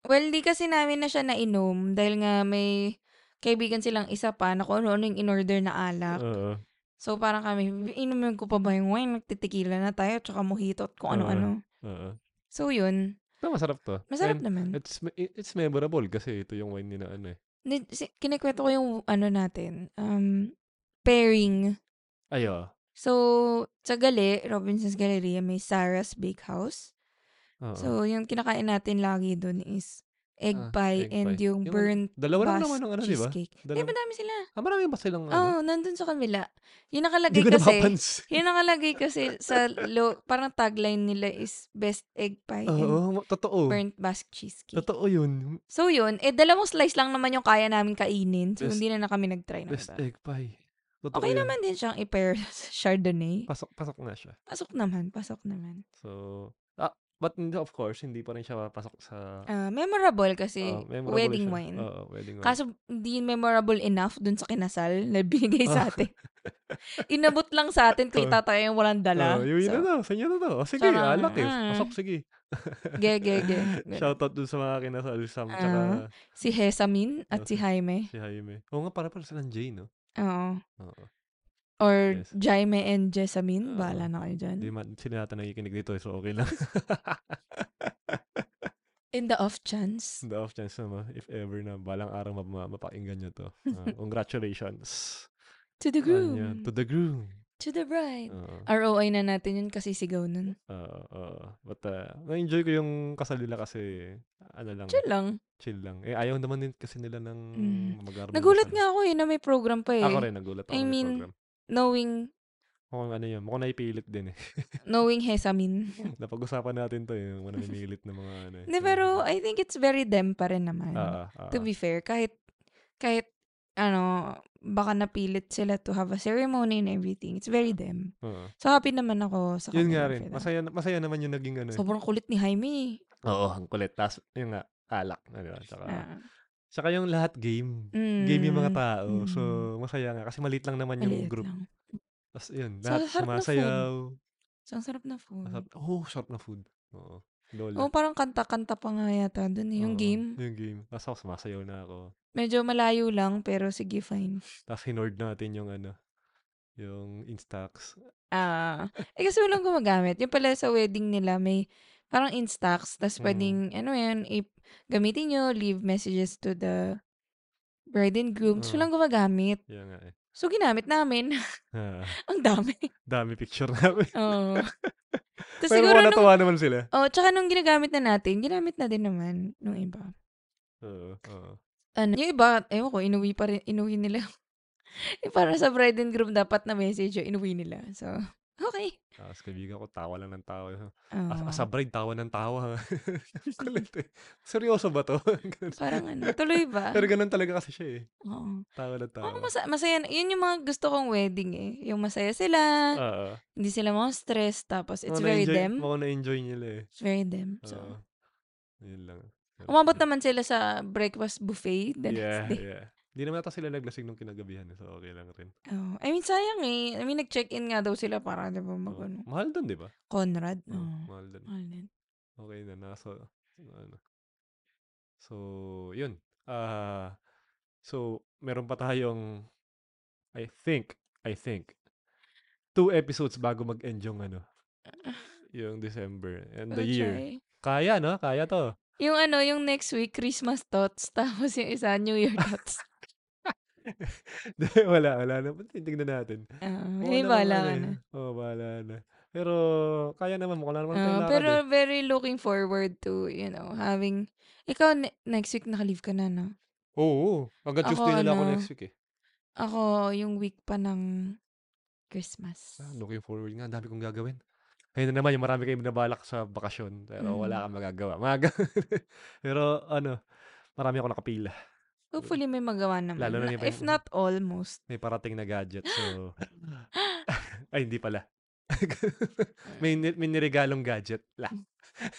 Well, di kasi namin na siya nainom dahil nga may kaibigan silang isa pa na kung ano-ano yung in-order na alak. Oo. So, parang kami, inumin ko pa ba yung wine? Nagtitikila na tayo, tsaka mojito at kung ano-ano. Oo. So, yun. Ito masarap to. Masarap And naman. It's me- i- it's memorable kasi ito yung wine nila ano eh. Ni- si- Kinikwento ko yung ano natin, um, pairing. Ayo. So, sa Gali, Robinson's Galleria, may Sarah's Bakehouse. So, yung kinakain natin lagi dun is egg Ah, egg pie and pie. yung Yung burnt dalawa lang Basque naman ang ano, di ba? cheesecake. Eh, Dalawa- madami sila. Ah, marami ba silang Oo, ano? oh, nandun sa kamila. Yung Hindi nakalagay ko kasi, (laughs) napapansin. yung (laughs) nakalagay kasi sa lo, parang tagline nila is best egg pie Oo, and ma- totoo. burnt Basque cheesecake. Totoo yun. So yun, eh dalawang slice lang naman yung kaya namin kainin. So Best- hindi na, na kami nag-try ng Best iba. egg pie. Totoo ano Okay yun. naman din siyang i-pair (laughs) sa Chardonnay. Pasok, pasok na siya. Pasok naman, pasok naman. So, ah, but hindi- of course, hindi pa rin siya pasok sa Ah, memorable kasi ah, memorable wedding siya. wine. Oo, wedding wine. Kaso hindi memorable enough dun sa kinasal na binigay sa Ah. atin. (laughs) Inabot lang sa (laughs) atin kay Oo. tatay yung walang dala. Oo, Oh, yun yun So, na daw. Sa inyo na daw. Oh, sige, Sarang, alak eh. mm. Pasok, sige. ge, ge, ge. Ganun. (laughs) Shoutout dun sa mga kinasal Sam Ah. tsaka Si Hesamin at si Jaime. si Jaime. Oo nga, para pala silang Jay, no? Oo. Oo. Or Yes. Jaime and Oo. Jessamine. Bahala na kayo dyan. Hindi man sila natin nakikinig dito, eh, so okay (laughs) lang. In the off chance. The off chance naman, if ever na balang araw map- ma- mapakinggan nyo to. (laughs) Ah, congratulations. To the Ano groom. yun? to the groom. to the bride. Oo. ROI na natin yun kasi sigaw nun. Oo, oo. But, ah, na-enjoy ko yung kasal nila kasi, ano lang, Chill lang. chill lang. Eh, ayaw naman din kasi nila ng Mm. mag-armo. Nagulat nga ako eh na may program pa eh. Ako rin, nagulat ako. sa I mean- program. (laughs) Knowing, Mukhang ano yun, mukhang naipilit din eh. knowing Hesamin. (laughs) Napag-usapan natin to eh, mga namimilit ng mga ano eh. Hindi, pero I think it's very them pa rin naman. Ah, ah, ah, To ah. be fair, kahit, kahit, ano, baka napilit sila to have a ceremony and everything. It's very them. Oo. So, happy naman ako sa Ah. Yun kanila nga for rin, that. masaya, masaya naman yung naging ano eh. Sobrang kulit ni Jaime. eh. Oo, ang kulit. Tapos, yun nga, alak. Ano, yun, tsaka, Ah. tsaka yung lahat game. Game yung mga tao. So, masaya nga. Kasi maliit lang naman yung group. Hmm. Lang. Tapos, yun, So, lahat sarap na food. Hmm. sumasayaw. So, ang sarap na food. Masarap- Oh, sarap na food. Oo. Lola. Oo, parang kanta-kanta pa nga yata dun eh, yung Oo, game. Yung game. Tapos ako sumasayaw na ako. Medyo malayo lang, pero sige, fine. Tapos hinord natin yung ano, yung Instax. Ah, eh kasi walang gumagamit. Yung pala sa wedding nila, may parang instax, tas Mm. pwedeng, ano yan, i- gamitin nyo, leave messages to the bride and groom. Tas Oo. walang gumagamit. Yan nga eh. So, ginamit namin. (laughs) Ah, Ang dami. dami picture (laughs) namin. Oo. Tas Pero siguro mukhang nung, natuwa naman sila. oh, tsaka nung ginagamit na natin, ginamit na din naman nung iba. Oo. oo. Ano, yung iba, ewan ko, inuwi pa rin, inuwi nila. (laughs) eh, para sa bride and groom, dapat na message yung inuwi nila. So, okay. Ah, Tapos kaibigan ko, tawa lang ng tawa. Oo. As, as a bride, tawa ng (laughs) tawa. (laughs) Kulit eh. Seryoso ba to? (laughs) Ganun. Parang ano, tuloy (laughs) ba? Pero ganun Ah. talaga kasi siya eh. Oo. Tawa ng tawa. Oo, masa- masaya. na- Yun yung mga gusto kong wedding eh. Yung masaya sila, Oo. hindi sila mga stress, tapos it's Mukhang Ah. very na-enjoy- them. Mukhang na-enjoy nila eh. It's very them. So, Oo. Yun lang. umabot naman sila sa breakfast buffet the next yeah, day. yeah. Di naman ata sila naglasing nung kinagabihan. eh, So, okay lang rin. Oo. Oh, I mean, sayang eh. I mean, nag-check-in nga daw sila para, di ba, mag Oo. ano. Mahal doon, di ba? Conrad. Oo, Oo. Mahal doon. Mahal din. Okay na. Nasa, ano. So, yun. Ah, so, meron pa tayong, I think, I think, two episodes bago mag-end yung ano, yung December and the We'll year. try. Kaya, no? Kaya to. (laughs) Yung ano, yung next week, Christmas thoughts, (laughs) tapos yung isa, New Year (laughs) thoughts. wala, wala na. Tingnan natin. Oo. Oo May naman, bala ano Ah, ka eh. na. Oo, bahala na. Pero, kaya naman. Mukha naman Ah, tayong lakad pero eh. very looking forward to, you know, having... Ikaw, ne- next week naka-leave ka na, no? Oo. oo. Hanggang Ako, Tuesday na lang ako ano, next week eh. Ako, yung week pa ng Christmas. Ah, looking forward nga. Ang dami kong gagawin. Ayun na naman, yung marami kayong nabalak sa bakasyon. Pero Mm. wala kang magagawa. Maga. (laughs) pero ano, marami ako nakapila. Hopefully may magawa naman. Lalo na Na- yung- If not almost. May parating na gadget. So, ay hindi pala. (laughs) may, ni- may niregalong gadget. La. (laughs)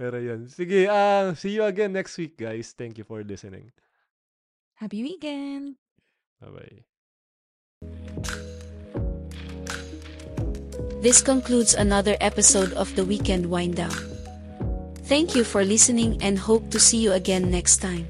pero yun. Sige, ah, see you again next week guys. Thank you for listening. Happy weekend! Bye-bye. This concludes another episode of the Weekend Wind Down. Thank you for listening and hope to see you again next time.